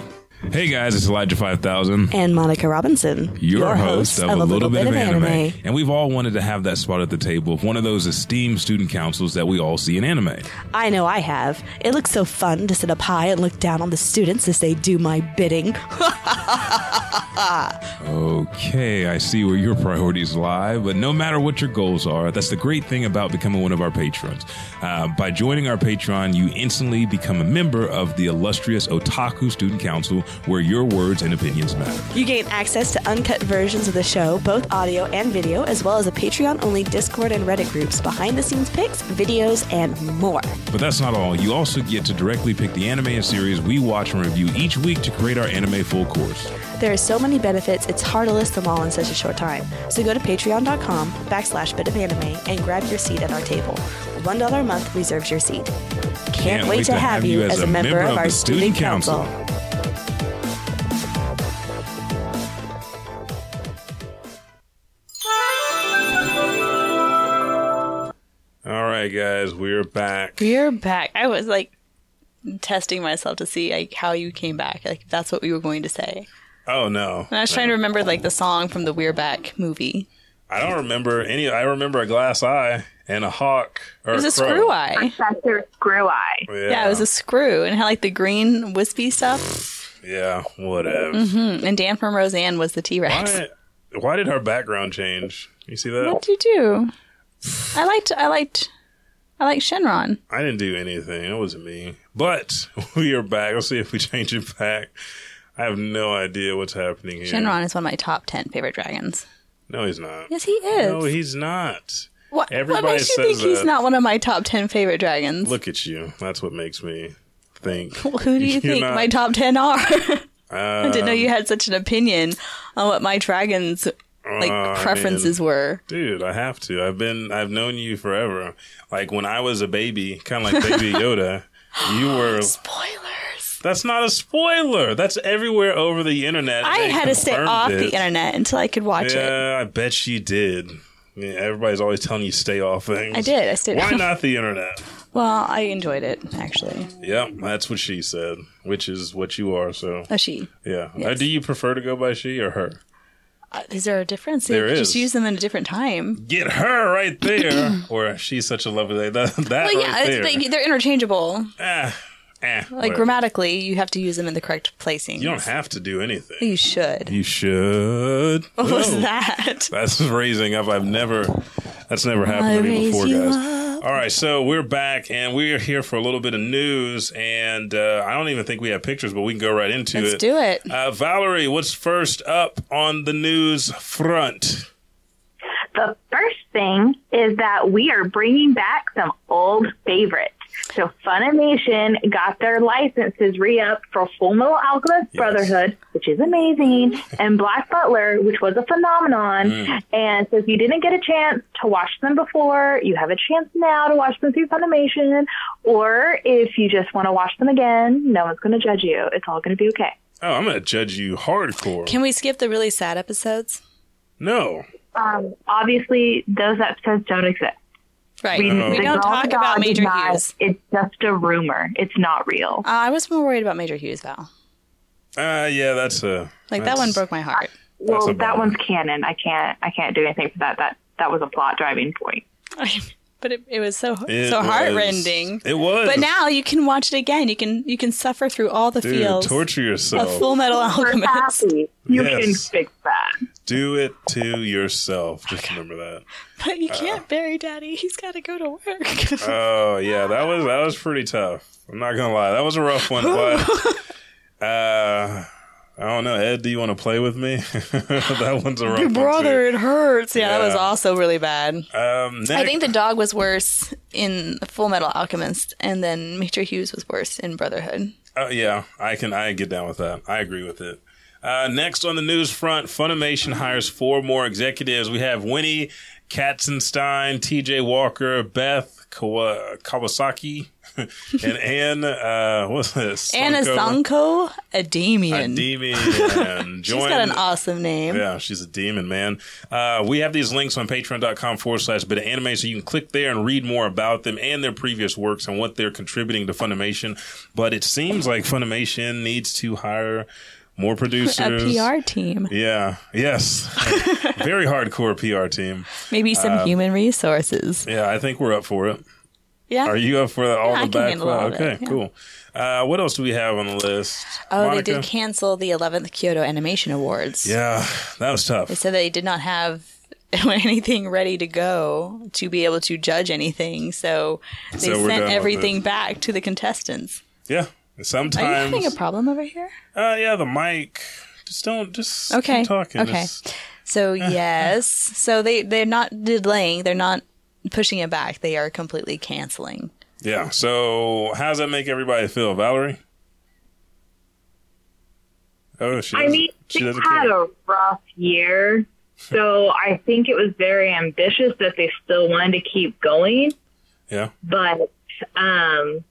Speaker 1: Hey guys, it's Elijah 5000
Speaker 6: And Monica Robinson,
Speaker 1: your, host, of, a little, bit, of anime. And we've all wanted to have that spot at the table of one of those esteemed student councils that we all see in anime.
Speaker 6: I know I have. It looks so fun to sit up high and look down on the students as they do my bidding.
Speaker 1: Okay, I see where your priorities lie, but no matter what your goals are, that's the great thing about becoming one of our patrons. Uh, by joining our Patreon, you instantly become a member of the illustrious Otaku Student Council, where your words and opinions matter.
Speaker 6: You gain access to uncut versions of the show, both audio and video, as well as a Patreon only Discord and Reddit groups, behind the scenes pics, videos, and more.
Speaker 1: But that's not all. You also get to directly pick the anime and series we watch and review each week to create our anime full course.
Speaker 6: There are so many benefits, it's hard to list them all in such a short time. So go to patreon.com backslash bit of anime and grab your seat at our table. $1 a month reserves your seat. Can't, wait, to, have, you as a member, of our
Speaker 1: the
Speaker 6: student
Speaker 1: student
Speaker 6: council.
Speaker 1: council. All right, guys, we're back.
Speaker 2: We're back. I was like testing myself to see like how you came back. Like if that's what we were going to say.
Speaker 1: Oh no,
Speaker 2: And I was trying to remember like the song from the We're Back movie.
Speaker 1: I don't remember any. I remember a glass eye and a hawk. Or
Speaker 2: It was a
Speaker 1: crow.
Speaker 2: screw eye.
Speaker 4: Professor Screw Eye.
Speaker 1: Yeah,
Speaker 2: Yeah, it was a screw and it had like the green wispy stuff.
Speaker 1: yeah, whatever.
Speaker 2: And Dan from Roseanne was the T Rex.
Speaker 1: Why, why did her background change? You see that?
Speaker 2: What'd you do? I liked I liked I liked Shenron.
Speaker 1: I didn't do anything. It wasn't me. But [LAUGHS] we are back. Let's see if we change it back. I have no idea what's happening here.
Speaker 2: Shenron is one of my top ten favorite dragons.
Speaker 1: No, he's not.
Speaker 2: Yes, he is.
Speaker 1: No, he's not.
Speaker 2: what,
Speaker 1: everybody
Speaker 2: what makes you
Speaker 1: says
Speaker 2: think he's
Speaker 1: that.
Speaker 2: not one of my top ten favorite dragons?
Speaker 1: Look at you. That's what makes me think.
Speaker 2: Well, [LAUGHS] who do you
Speaker 1: You're
Speaker 2: think
Speaker 1: not- Um,
Speaker 2: my top 10 are? [LAUGHS] I didn't know you had such an opinion on what my dragons like
Speaker 1: Uh,
Speaker 2: preferences were.
Speaker 1: Dude, I have to. I've been I've known you forever. Like when I was a baby, kind of like
Speaker 2: [LAUGHS]
Speaker 1: baby Yoda, you
Speaker 2: [GASPS]
Speaker 1: were
Speaker 2: Spoilers.
Speaker 1: That's not a spoiler. That's everywhere over the internet.
Speaker 2: I
Speaker 1: They
Speaker 2: had to stay
Speaker 1: confirmed
Speaker 2: off
Speaker 1: it.
Speaker 2: the internet until I could watch it.
Speaker 1: Yeah, I bet she did. Yeah, everybody's always telling you stay off things.
Speaker 2: I did. I stayed
Speaker 1: Why
Speaker 2: off.
Speaker 1: not the internet?
Speaker 2: Well, I enjoyed it actually.
Speaker 1: Yep, that's what she said, which is what you are. So
Speaker 2: Oh, she.
Speaker 1: yeah, Uh, do you prefer to go by she or her?
Speaker 2: Uh, Is there a difference?
Speaker 1: There
Speaker 2: you could Just
Speaker 1: is.
Speaker 2: use them at a different time.
Speaker 1: Get her right
Speaker 2: [CLEARS THROAT]
Speaker 1: there, or she's such a lovely lady. That, that
Speaker 2: Well,
Speaker 1: right
Speaker 2: yeah,
Speaker 1: there.
Speaker 2: it's, they, they're interchangeable.
Speaker 1: Ah,
Speaker 7: eh,
Speaker 2: Like
Speaker 7: whatever.
Speaker 2: grammatically, you have to use them in the correct placing.
Speaker 7: You don't have to do anything.
Speaker 2: You should. [LAUGHS]
Speaker 7: You should.
Speaker 2: What was
Speaker 7: Whoa.
Speaker 2: that?
Speaker 7: That's raising up. I've never. That's never happened to me
Speaker 1: raise
Speaker 7: before,
Speaker 1: you
Speaker 7: guys. All right, so we're back and we're here for a little bit of news, and uh, I don't even think we have pictures, but we can go right into
Speaker 2: Let's
Speaker 7: it.
Speaker 2: do it.
Speaker 7: Uh, Valerie, what's first up on the news front?
Speaker 4: The first thing is that we are bringing back some old favorites. So Funimation got their licenses re-upped for Full Metal Alchemist Brotherhood, which is amazing, and Black Butler, which was a phenomenon. And so if you didn't get a chance to watch them before, you have a chance now to watch them through Funimation. Or if you just want to watch them again, no one's going to judge you. It's all going to be okay.
Speaker 7: Oh, I'm going to judge you hardcore.
Speaker 2: Can we skip the really sad episodes?
Speaker 7: no.
Speaker 4: Um, obviously, those episodes don't exist.
Speaker 2: Right.
Speaker 4: We,
Speaker 7: Oh.
Speaker 2: We
Speaker 4: the
Speaker 2: don't
Speaker 4: Golden
Speaker 2: talk about
Speaker 4: God did
Speaker 2: Major
Speaker 4: not-
Speaker 2: Hughes.
Speaker 4: It's just a rumor. It's not real.
Speaker 2: Uh, I was more worried about Major Hughes, Val.
Speaker 7: Uh, yeah, that's a.
Speaker 2: Like that
Speaker 7: that's-
Speaker 2: one broke my heart. [LAUGHS]
Speaker 7: a
Speaker 4: well, that
Speaker 7: bummer.
Speaker 4: one's canon. I can't. I can't do anything for that. That that was a plot driving point.
Speaker 2: but it, it was so
Speaker 7: it
Speaker 2: so
Speaker 7: was-
Speaker 2: heartrending.
Speaker 7: It was.
Speaker 2: But now you can watch it again. You can you can suffer through all the
Speaker 7: Dude,
Speaker 2: feels
Speaker 7: torture
Speaker 2: of
Speaker 7: yourself.
Speaker 2: Full Metal Alchemist. [LAUGHS]
Speaker 4: happy. You
Speaker 7: Yes.
Speaker 4: can fix that.
Speaker 7: do it to yourself. Just remember that.
Speaker 2: But
Speaker 7: Uh,
Speaker 2: you can't bury Daddy. He's got to go to work. [LAUGHS]
Speaker 7: Oh yeah, that was that was pretty tough. I'm not gonna lie, that was a rough
Speaker 2: [LAUGHS]
Speaker 7: one. But uh, I don't know, Ed. Do you want to play with me? [LAUGHS] that one's a rough one.
Speaker 2: it hurts. Yeah, that was
Speaker 7: Yeah.
Speaker 2: also really bad.
Speaker 7: Too. Um,
Speaker 2: I think the dog was worse in Full Metal Alchemist, and then Major Hughes was worse in Brotherhood.
Speaker 7: Oh yeah, I can. I get down with that. I agree with it. Uh, next on the news front, Funimation hires four more executives. We have Winnie Katzenstein, T.J. Walker, Beth Kawa- Kawasaki, [LAUGHS] and Anne. Uh, what's this?
Speaker 2: Anna Sanko Adamian. [LAUGHS]
Speaker 7: Demon.
Speaker 2: She's got an awesome name.
Speaker 7: Yeah, she's a demon, man. Uh, we have these links on patreon.com forward slash bit of anime, so you can click there and read more about them and their previous works and what they're contributing to Funimation. But it seems like Funimation needs to hire more
Speaker 2: [LAUGHS] A
Speaker 7: producers.
Speaker 2: PR team,
Speaker 7: Yeah,
Speaker 2: [LAUGHS]
Speaker 7: yes. Very hardcore PR team.
Speaker 2: maybe some
Speaker 7: Um,
Speaker 2: human resources.
Speaker 7: Yeah, I think we're up for it.
Speaker 2: Yeah.
Speaker 7: Are you up for all
Speaker 2: Yeah, I
Speaker 7: the
Speaker 2: can handle all
Speaker 7: backlog?
Speaker 2: of it,
Speaker 7: Okay,
Speaker 2: yeah.
Speaker 7: cool. Uh, what else do we have on the list?
Speaker 2: Oh,
Speaker 7: Monica?
Speaker 2: they did cancel the 11th Kyoto Animation Awards.
Speaker 7: Yeah, that was tough.
Speaker 2: They said they did not have [LAUGHS] anything ready to go to be able to judge anything, so they
Speaker 7: So we're done
Speaker 2: sent
Speaker 7: with
Speaker 2: everything
Speaker 7: it.
Speaker 2: back to the contestants.
Speaker 7: yeah, sometimes.
Speaker 2: Are you having a problem over here?
Speaker 7: Uh, yeah, the mic. Just don't. Just
Speaker 2: Okay,
Speaker 7: keep talking.
Speaker 2: okay.
Speaker 7: Just-
Speaker 2: So yes, so they they're not delaying, they're not pushing it back. They are completely canceling.
Speaker 7: yeah. So, how does that make everybody feel, Valerie? Oh, she.
Speaker 4: I
Speaker 7: doesn't-
Speaker 4: mean,
Speaker 7: she
Speaker 4: she
Speaker 7: doesn't
Speaker 4: had
Speaker 7: care.
Speaker 4: a rough year, so I think it was very ambitious that they still wanted to keep going.
Speaker 7: Yeah.
Speaker 4: but um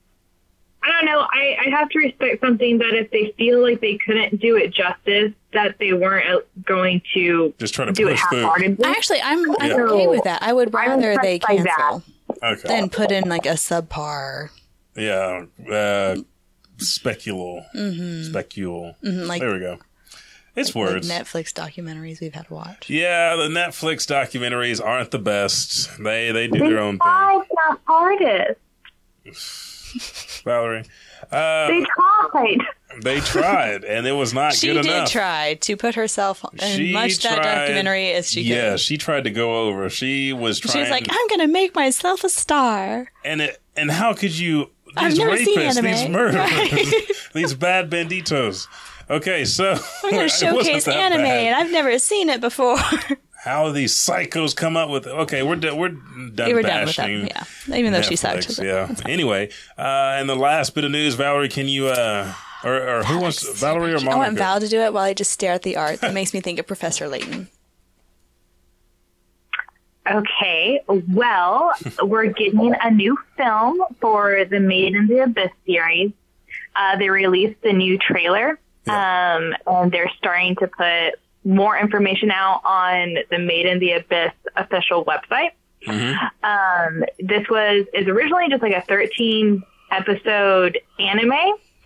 Speaker 4: I don't know. I, I have to respect something that if they feel like they couldn't do it justice, that they weren't uh, going to
Speaker 7: Just trying to
Speaker 4: do it
Speaker 7: push through.
Speaker 4: half-heartedly.
Speaker 2: Actually, I'm I'm
Speaker 4: Yeah.
Speaker 2: okay with that. I would
Speaker 4: I'm
Speaker 2: rather they
Speaker 4: impressed by that.
Speaker 2: cancel
Speaker 7: Okay.
Speaker 2: than put in like a subpar
Speaker 7: yeah. Uh, speculal.
Speaker 2: Mm-hmm.
Speaker 7: Specule.
Speaker 2: like-
Speaker 7: there we go. It's
Speaker 2: like,
Speaker 7: words.
Speaker 2: Netflix documentaries we've had to watch.
Speaker 7: yeah, the Netflix documentaries aren't the best. They they do their own thing.
Speaker 4: tried the hardest.
Speaker 7: [LAUGHS] Valerie, um,
Speaker 4: They tried.
Speaker 7: they tried and it was not
Speaker 2: She
Speaker 7: good
Speaker 2: did
Speaker 7: enough.
Speaker 2: try to put herself in
Speaker 7: She
Speaker 2: much that
Speaker 7: tried-
Speaker 2: documentary as she
Speaker 7: Yeah, she tried to go over. She was
Speaker 2: could.
Speaker 7: trying.
Speaker 2: She was like, "I'm gonna make myself a star."
Speaker 7: and it, and how could you?
Speaker 2: I've
Speaker 7: These
Speaker 2: never
Speaker 7: rapists,
Speaker 2: seen anime.
Speaker 7: these murderers, [LAUGHS] these bad banditos. Okay, so
Speaker 2: [LAUGHS] I'm
Speaker 7: [LAUGHS]
Speaker 2: gonna showcase anime, and I've never seen it before. [LAUGHS]
Speaker 7: How these psychos come up with? Okay, we're d- we're done
Speaker 2: they were done with that,
Speaker 7: bashing.
Speaker 2: yeah. Even though she
Speaker 7: Netflix,
Speaker 2: sucked.
Speaker 7: Yeah. [LAUGHS] Anyway, uh, and the last bit of news, Valerie, can you uh, or, or who wants Valerie or Monica?
Speaker 2: I want Val to do it while I just stare at the art. That makes me think of Professor Layton.
Speaker 4: Okay, well, we're getting a new film for the Made in the Abyss series. Uh, they released the new trailer, um, and they're starting to put more information out on the Made in the Abyss official website. Um, this was is originally just like a 13 episode anime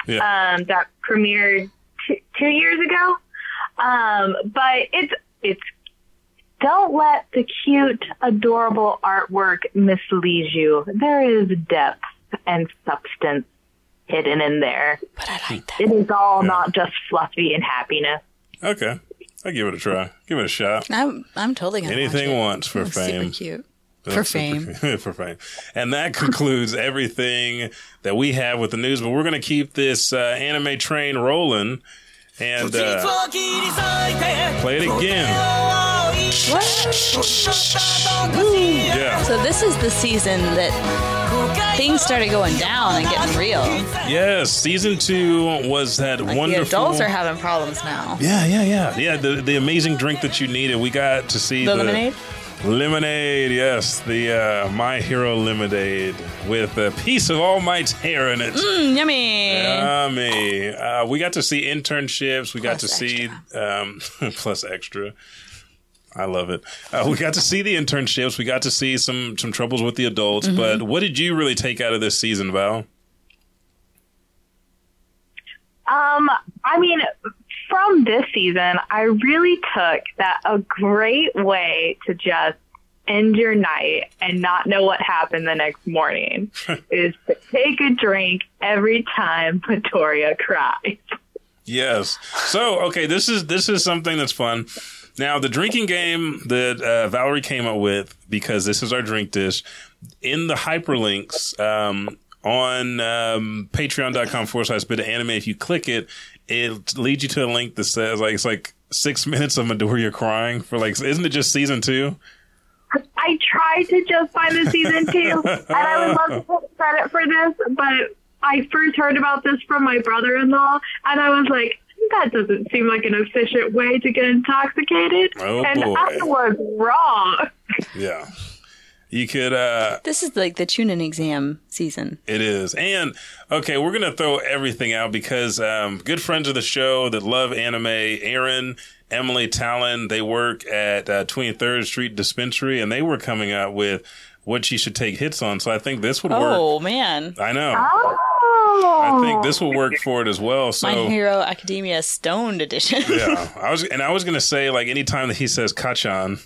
Speaker 7: Yeah.
Speaker 4: um, that premiered t- two years ago. Um, but it's it's don't let the cute, adorable artwork mislead you. There is depth and substance hidden in there.
Speaker 2: But I like that.
Speaker 4: It is all not just fluffy and happiness.
Speaker 7: Okay. I give it a try. Give it a shot.
Speaker 2: I'm, I'm totally gonna watch
Speaker 7: Anything
Speaker 2: it.
Speaker 7: once for
Speaker 2: Looks Super
Speaker 7: fame.
Speaker 2: cute.
Speaker 7: That's
Speaker 2: for
Speaker 7: super
Speaker 2: fame.
Speaker 7: cute. [LAUGHS] for fame. And that concludes [LAUGHS] everything that we have with the news, but we're going to keep this uh, anime train rolling and uh, play it again. Yeah.
Speaker 2: So this is the season that things started going down and getting real.
Speaker 7: Yes. Season two was that wonderful.
Speaker 8: The adults are having problems now.
Speaker 7: yeah, yeah, yeah. Yeah, the, the amazing drink that you needed. We got to see
Speaker 8: The lemonade?
Speaker 7: Lemonade, yes, the uh, My Hero Lemonade with a piece of All Might's hair in it.
Speaker 2: Mm, yummy.
Speaker 7: Yummy. Uh, we got to see internships. We got to see um, [LAUGHS] plus extra. I love it. Uh, we got to see the internships. We got to see some some troubles with the adults.
Speaker 8: Mm-hmm.
Speaker 7: But what did you really take out of this season, Val?
Speaker 4: Um, I mean, from this season, I really took that a great way to just end your night and not know what happened the next morning is to take a drink every time Pretoria cries.
Speaker 7: Yes. So okay, this is this is something that's fun. Now the drinking game that uh, Valerie came up with because this is our drink dish in the hyperlinks um, on um, Patreon.com forward slash bit of anime. If you click it, it leads you to a link that says like it's like six [LAUGHS] minutes of Midoriya crying for like isn't it just season two?
Speaker 4: I tried to just find the season
Speaker 7: [LAUGHS]
Speaker 4: two, and I would love to take credit for this, but I first heard about this from my brother in law, and I was like, that doesn't seem like an efficient way to get intoxicated.
Speaker 7: Oh,
Speaker 4: and
Speaker 7: boy.
Speaker 4: I was wrong.
Speaker 7: Yeah. You could uh
Speaker 2: This is like the Chunin exam season.
Speaker 7: It is. And okay, we're going to throw everything out because um, good friends of the show that love anime, Aaron, Emily, Talon, they work at uh, 23rd Street Dispensary and they were coming up with what she should take hits on. So I think this would work.
Speaker 8: Oh man,
Speaker 7: I know.
Speaker 4: Oh.
Speaker 7: I think this will work for it as well. So
Speaker 8: My Hero Academia Stoned Edition.
Speaker 7: Oh. yeah, I was, and I was gonna say like anytime that he
Speaker 8: [LAUGHS]
Speaker 7: says "kachan,"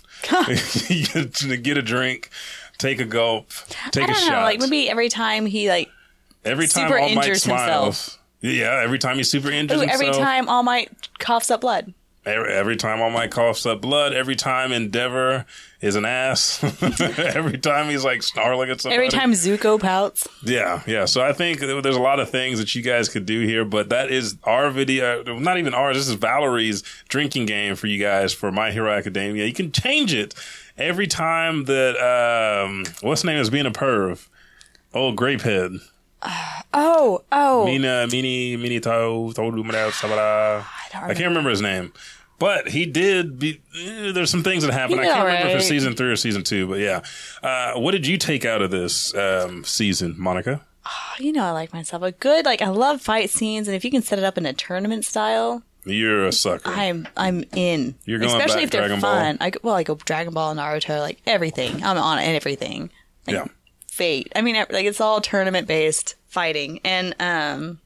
Speaker 7: [LAUGHS] you get to get a drink, take a gulp, take
Speaker 8: I
Speaker 7: a
Speaker 8: don't know, [LAUGHS]
Speaker 7: shot.
Speaker 8: like maybe every time he like,
Speaker 7: every time
Speaker 8: super
Speaker 7: All Might
Speaker 8: injures
Speaker 7: smiles. Yeah, every time he super injures
Speaker 8: ooh, every
Speaker 7: himself.
Speaker 8: time All Might coughs up blood.
Speaker 7: Every, every time All Might coughs up blood. Every time Endeavor is an ass. [LAUGHS] every time he's like snarling at somebody.
Speaker 8: Every time Zuko pouts.
Speaker 7: Yeah, yeah. So I think th- there's a lot of things that you guys could do here, but that is our video. Not even ours. This is Valerie's drinking game for you guys for My Hero Academia. You can change it every time that um, what's her name is being a perv. Old Grapehead.
Speaker 2: Oh, oh.
Speaker 7: Mina, Mini, Mini Tao, Todu, Madao, Sabara. I can't remember his name. But he did be, eh, there's some things that happened. I
Speaker 8: did
Speaker 7: can't
Speaker 8: all
Speaker 7: remember if it's
Speaker 8: right.
Speaker 7: season three or season two, but yeah. Uh, what did you take out of this um, season, Monica?
Speaker 8: oh, You know I like myself a good like I love fight scenes, and if you can set it up in a tournament style,
Speaker 7: You're a sucker.
Speaker 8: I'm I'm in.
Speaker 7: You're going
Speaker 8: especially
Speaker 7: back
Speaker 8: if they're
Speaker 7: Dragon Ball.
Speaker 8: fun. I go, well, I go Dragon Ball, Naruto, like everything. I'm on everything.
Speaker 7: yeah.
Speaker 8: Fate. I mean, ev- like it's all tournament based fighting, and um,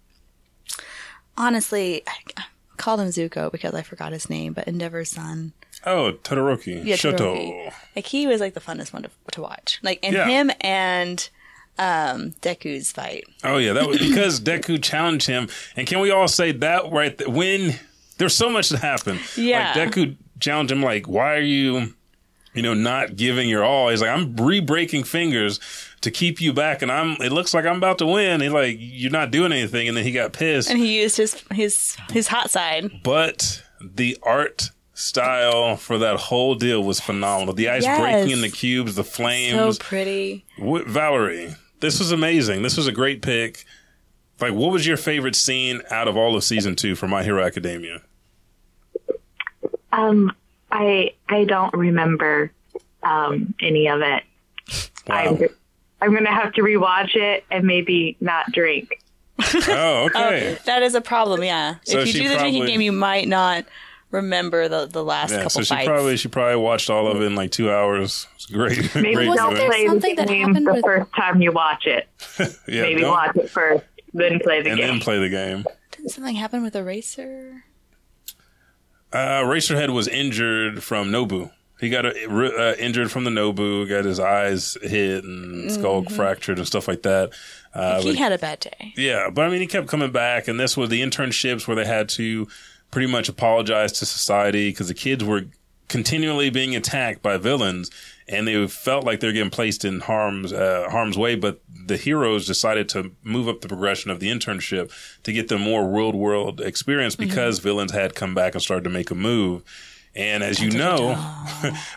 Speaker 8: honestly, I, I called him Zuko because I forgot his name, but Endeavor's son.
Speaker 7: Oh, Todoroki.
Speaker 8: Yeah,
Speaker 7: Shoto.
Speaker 8: Todoroki. Like he was like the funnest one to, to watch. Like and
Speaker 7: Yeah.
Speaker 8: him and um Deku's fight.
Speaker 7: Oh yeah, that was because Deku challenged him. And can we all say that right th- when there's so much that happened.
Speaker 8: Yeah.
Speaker 7: Like Deku challenged him like, "Why are you you know not giving your all?" He's like, "I'm re-breaking fingers to keep you back and I'm it looks like I'm about to win." He's like, "You're not doing anything." And then he got pissed.
Speaker 8: And he used his his his hot side.
Speaker 7: but the art style for that whole deal was phenomenal. The ice
Speaker 2: Yes.
Speaker 7: breaking in the cubes, the
Speaker 2: So
Speaker 7: flames,
Speaker 2: Oh, pretty.
Speaker 7: What, Valerie, this was amazing. This was a great pick. Like, what was your favorite scene out of all of season two for My Hero Academia?
Speaker 4: Um, I I don't remember um, any of it.
Speaker 7: Wow.
Speaker 4: I'm, I'm gonna have to rewatch it and maybe not drink. [LAUGHS]
Speaker 7: Oh,
Speaker 4: Um,
Speaker 7: okay.
Speaker 8: That is a problem, yeah.
Speaker 7: So
Speaker 8: if
Speaker 7: she
Speaker 8: you do the drinking
Speaker 7: probably-
Speaker 8: game, you might not remember the, the last
Speaker 7: Yeah,
Speaker 8: couple
Speaker 7: so she
Speaker 8: fights.
Speaker 7: probably she probably watched all of it in like two hours. It's great. [LAUGHS]
Speaker 4: Maybe
Speaker 7: great
Speaker 4: don't
Speaker 7: viewing.
Speaker 4: play
Speaker 2: something
Speaker 4: the
Speaker 2: that
Speaker 4: game
Speaker 2: happened
Speaker 4: the
Speaker 2: with-
Speaker 4: first time you watch it.
Speaker 7: Yeah,
Speaker 4: Maybe
Speaker 7: don't-
Speaker 4: watch it first, then play the
Speaker 7: and
Speaker 4: game.
Speaker 7: then play the game.
Speaker 2: Didn't something happen with Eraser?
Speaker 7: Uh, Racerhead was injured from Nobu. He got uh, ri- uh, injured from the Nobu, got his eyes hit and skull
Speaker 4: Mm-hmm.
Speaker 7: fractured and stuff like that. Uh,
Speaker 2: He had a bad day.
Speaker 7: yeah, but I mean, he kept coming back, and this was the internships where they had to pretty much apologize to society because the kids were continually being attacked by villains, and they felt like they're getting placed in harm's uh, harm's way. But the heroes decided to move up the progression of the internship to get them more real world experience because villains had come back and started to make a move. And as you know,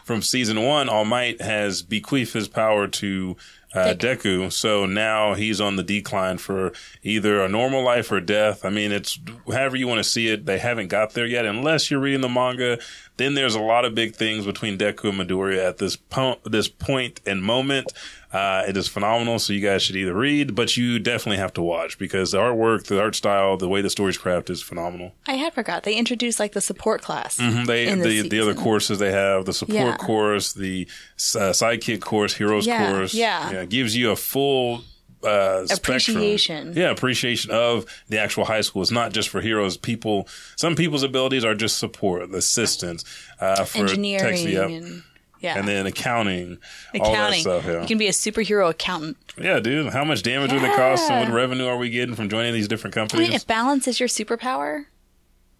Speaker 7: from season one, All Might has bequeathed his power to uh, Deku. So now he's on the decline for either a normal life or death. I mean, it's however you want to see it. They haven't got there yet, unless you're reading the manga. Then there's a lot of big things between Deku and Midoriya at this po- this point and moment. Uh, it is phenomenal, so you guys should either read, but you definitely have to watch because the artwork, the art style, the way the story's crafted is phenomenal.
Speaker 2: I had forgot. They introduced like the support class.
Speaker 7: Mhm. They
Speaker 2: in
Speaker 7: the,
Speaker 2: this
Speaker 7: the, other
Speaker 2: season.
Speaker 7: courses they have the support
Speaker 2: Yeah.
Speaker 7: course, the uh, sidekick course, heroes
Speaker 2: Yeah,
Speaker 7: course.
Speaker 2: yeah.
Speaker 7: it gives you a full uh, spectrum.
Speaker 2: Appreciation.
Speaker 7: Yeah, appreciation of the actual high school. It's not just for heroes. People, some people's abilities are just support, assistance, uh, for
Speaker 2: Engineering
Speaker 7: text, yep.
Speaker 2: and yeah.
Speaker 7: and then accounting, all that
Speaker 2: accounting.
Speaker 7: stuff. Yeah.
Speaker 2: You can be a superhero accountant.
Speaker 7: yeah, dude. How much damage would it cost, and what revenue are we getting from joining these different
Speaker 2: I mean,
Speaker 7: companies?
Speaker 2: if balance is your superpower,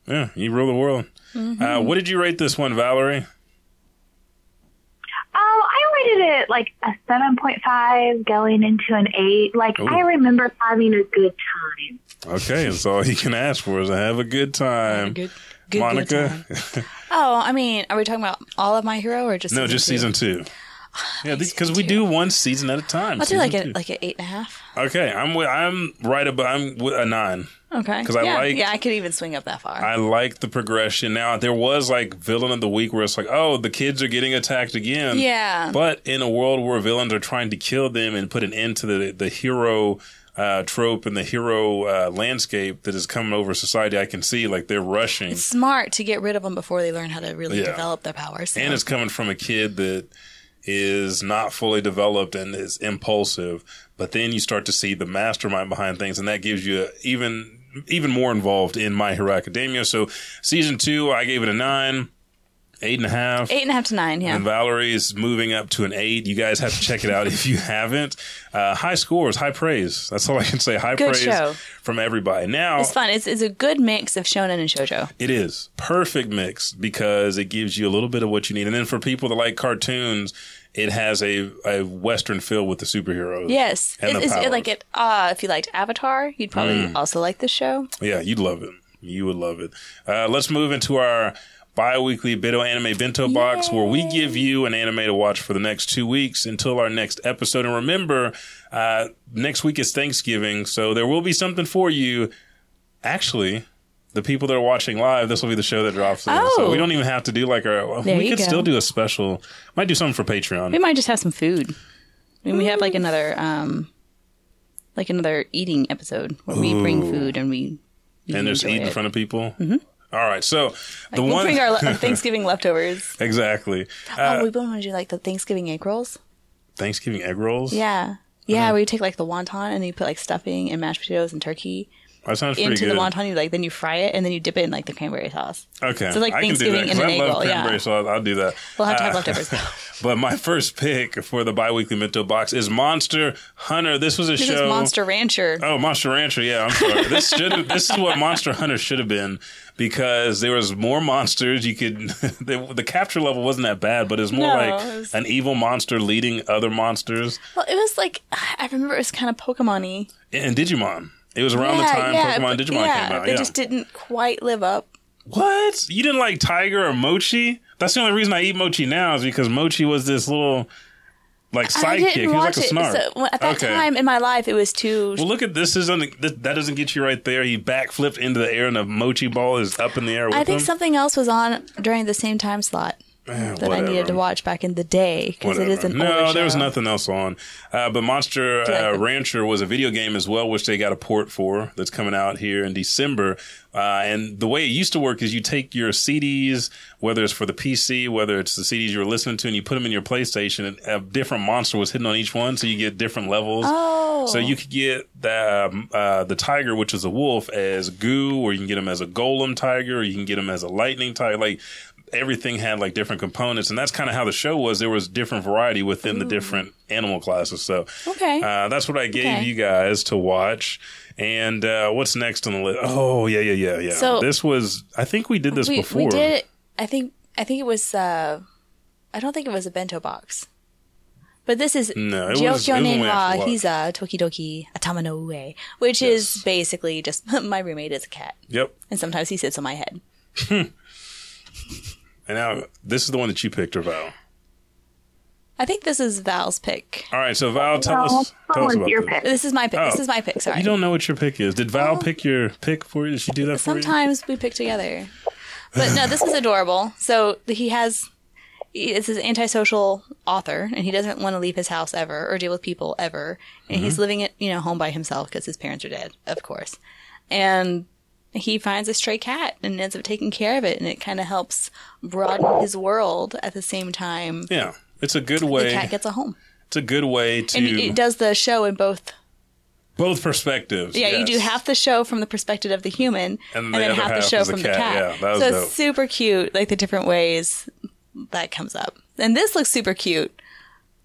Speaker 7: yeah, you rule the world.
Speaker 2: Mm-hmm.
Speaker 7: Uh, what did you rate this one, Valerie?
Speaker 4: Oh, I rated it like a 7.5 going into an 8. Like,
Speaker 7: Ooh.
Speaker 4: I remember having a good time.
Speaker 7: Okay, that's all you can ask for is to have a good time.
Speaker 2: good, good,
Speaker 7: Monica?
Speaker 2: Good time. Oh, I mean, are we talking about all of my hero or just
Speaker 7: [LAUGHS] no, just
Speaker 2: two?
Speaker 7: season two. Yeah, because we do one season at a time.
Speaker 2: I'll do like
Speaker 7: season
Speaker 2: a like an eight and a half.
Speaker 7: two. okay, I'm wi- I'm right about I'm wi- a nine.
Speaker 2: Okay,
Speaker 7: 'Cause I
Speaker 2: yeah,
Speaker 7: like-
Speaker 2: yeah, I could even swing up that far.
Speaker 7: I like the progression. Now there was like villain of the week where it's like, oh, the kids are getting attacked again.
Speaker 2: Yeah.
Speaker 7: But in a world where villains are trying to kill them and put an end to the the hero uh, trope and the hero uh, landscape that is coming over society, I can see like they're rushing.
Speaker 2: It's smart to get rid of them before they learn how to really
Speaker 7: Yeah.
Speaker 2: develop their powers.
Speaker 7: and it's coming from a kid that is not fully developed and is impulsive but then you start to see the mastermind behind things and that gives you a, even even more involved in my hero academia so season two i gave it a nine eight and a half
Speaker 2: eight and a half to nine. Yeah,
Speaker 7: and Valerie is moving up to an eight. You guys have to check it out [LAUGHS] if you haven't. Uh, high scores, high praise. That's all I can say. High
Speaker 2: Good
Speaker 7: praise
Speaker 2: show.
Speaker 7: from everybody. Now
Speaker 2: it's fun. It's, it's a good mix of shonen and shojo.
Speaker 7: it is perfect mix because it gives you a little bit of what you need, and then for people that like cartoons, it has a, a western feel with the superheroes.
Speaker 2: Yes,
Speaker 7: and
Speaker 2: it,
Speaker 7: the
Speaker 2: it's
Speaker 7: powers. Mm.
Speaker 2: it, like it. Uh, if you liked Avatar, you'd probably also like this show.
Speaker 7: Yeah, you'd love it. You would love it. Uh, let's move into our bi-weekly Bito Anime Bento Box where we give you an anime to watch for the next two weeks until our next episode. And remember, uh, next week is Thanksgiving, so there will be something for you. Actually, the people that are watching live, this will be the show that drops. There. So
Speaker 2: Oh.
Speaker 7: we don't even have to do like our. we
Speaker 2: you
Speaker 7: could
Speaker 2: go.
Speaker 7: still do a special. Might do something for Patreon.
Speaker 2: We might just have some food. I mean, we have like another, um, like another eating episode where we bring food and we, we
Speaker 7: and just
Speaker 2: enjoy
Speaker 7: eat in
Speaker 2: it.
Speaker 7: front of people. All right, so the
Speaker 2: Mm-hmm. We'll
Speaker 7: one Uh,
Speaker 2: bring our le- Thanksgiving leftovers.
Speaker 7: [LAUGHS] exactly
Speaker 2: oh, we want to do like the Thanksgiving egg rolls.
Speaker 7: Thanksgiving egg rolls.
Speaker 2: Yeah, yeah. Where you take like the wonton and you put like stuffing and mashed potatoes and turkey
Speaker 7: that sounds pretty
Speaker 2: into
Speaker 7: good.
Speaker 2: the wonton. You like then you fry it and then you dip it in like the cranberry sauce.
Speaker 7: Okay.
Speaker 2: So, like,
Speaker 7: I can do
Speaker 2: Thanksgiving
Speaker 7: that,
Speaker 2: and
Speaker 7: 'cause
Speaker 2: an
Speaker 7: I
Speaker 2: egg
Speaker 7: love
Speaker 2: roll, yeah.
Speaker 7: cranberry sauce. I'll do that.
Speaker 2: We'll have to
Speaker 7: [LAUGHS]
Speaker 2: have
Speaker 7: Uh,
Speaker 2: leftovers.
Speaker 7: But my first pick for the bi weekly Mento box is Monster Hunter. This was a
Speaker 2: [LAUGHS] This
Speaker 7: [LAUGHS] show.
Speaker 2: is Monster Rancher.
Speaker 7: Oh, Monster Rancher. Yeah, I'm
Speaker 2: [LAUGHS]
Speaker 7: sorry. This should. this is what Monster Hunter should have been because there was more monsters. You could. [LAUGHS] The, the capture level wasn't that bad, but it's more
Speaker 2: No,
Speaker 7: like
Speaker 2: it was-
Speaker 7: an evil monster leading other monsters
Speaker 2: Well, it was like [SIGHS] I remember it was kind of Pokemon-y.
Speaker 7: and Digimon. It was around the time Pokemon
Speaker 2: but-
Speaker 7: Digimon
Speaker 2: yeah,
Speaker 7: came out.
Speaker 2: They
Speaker 7: yeah.
Speaker 2: just didn't quite live up.
Speaker 7: What? You didn't like Tiger or Mochi? That's the only reason I eat Mochi now is because Mochi was this little like
Speaker 2: I
Speaker 7: sidekick. He
Speaker 2: didn't
Speaker 7: was
Speaker 2: watch
Speaker 7: like a snark.
Speaker 2: it. So well, at that time in my life, it was too.
Speaker 7: Well, look at this. Is on the, th- that doesn't get you right there. He backflipped into the air, and a mochi ball is up in the air with
Speaker 2: I think
Speaker 7: him.
Speaker 2: something else was on during the same time slot
Speaker 7: Eh,
Speaker 2: that I needed
Speaker 7: whatever.
Speaker 2: to watch back in the day because it
Speaker 7: Whatever.
Speaker 2: is an
Speaker 7: no,
Speaker 2: older
Speaker 7: there was
Speaker 2: show.
Speaker 7: nothing else on. Uh, but Monster uh,
Speaker 2: the-
Speaker 7: Rancher was a video game as well, which they got a port for that's coming out here in December. Uh, and the way it used to work is you take your CDs, whether it's for the PC, whether it's the CDs you were listening to, and you put them in your PlayStation, and a different monster was hidden on each one, so you get different levels. Oh. So you could get the um, uh, the tiger, which is a wolf, as goo, or you can get him as a golem tiger, or you can get him as a lightning tiger. Like everything had like different components, and that's kind of how the show was. There was different variety within the different animal classes. So
Speaker 2: Okay.
Speaker 7: uh, that's what I gave
Speaker 2: Okay.
Speaker 7: you guys to watch. And uh, what's next on the list? Oh yeah, yeah, yeah, yeah.
Speaker 2: So-
Speaker 7: this was I think we did this
Speaker 2: we,
Speaker 7: before.
Speaker 2: we did it. I think I think it was. Uh, I don't think it was a bento box, but this is
Speaker 7: No, it was- it
Speaker 2: Gyokyo
Speaker 7: was when we
Speaker 2: Nenwa
Speaker 7: actually watched.
Speaker 2: Hiza Tokidoki Atama no Ue, which is basically just [LAUGHS] my roommate is a cat,
Speaker 7: Yep.
Speaker 2: and sometimes he sits on my head.
Speaker 7: And now this is the one that you picked, or Val.
Speaker 2: I think this is Val's pick.
Speaker 7: All right, so Val, tell us
Speaker 4: that
Speaker 7: tell us
Speaker 4: was
Speaker 7: about
Speaker 4: your
Speaker 7: this.
Speaker 4: pick.
Speaker 2: This is my pick.
Speaker 7: Oh.
Speaker 2: This is my pick. Sorry.
Speaker 7: You don't know what your pick is. Did Val pick your pick for you? Did she do that for you?
Speaker 2: Sometimes we pick together. But no, this is adorable. So he has it's his antisocial author and he doesn't want to leave his house ever or deal with people ever and he's living at you know home by himself because his parents are dead of course and he finds a stray cat and ends up taking care of it and it kind of helps broaden his world at the same time
Speaker 7: Yeah, it's a good
Speaker 2: the
Speaker 7: way.
Speaker 2: cat gets a home
Speaker 7: It's a good way
Speaker 2: and
Speaker 7: to
Speaker 2: it does the show in both
Speaker 7: both perspectives.
Speaker 2: Yeah, you do
Speaker 7: yes.
Speaker 2: half the show from the perspective of the human,
Speaker 7: And
Speaker 2: and,
Speaker 7: the
Speaker 2: then
Speaker 7: other
Speaker 2: half,
Speaker 7: half
Speaker 2: the show
Speaker 7: is the
Speaker 2: from
Speaker 7: cat.
Speaker 2: the cat.
Speaker 7: Yeah, that was
Speaker 2: so
Speaker 7: dope.
Speaker 2: it's super cute, like the different ways that comes up. And this looks super cute.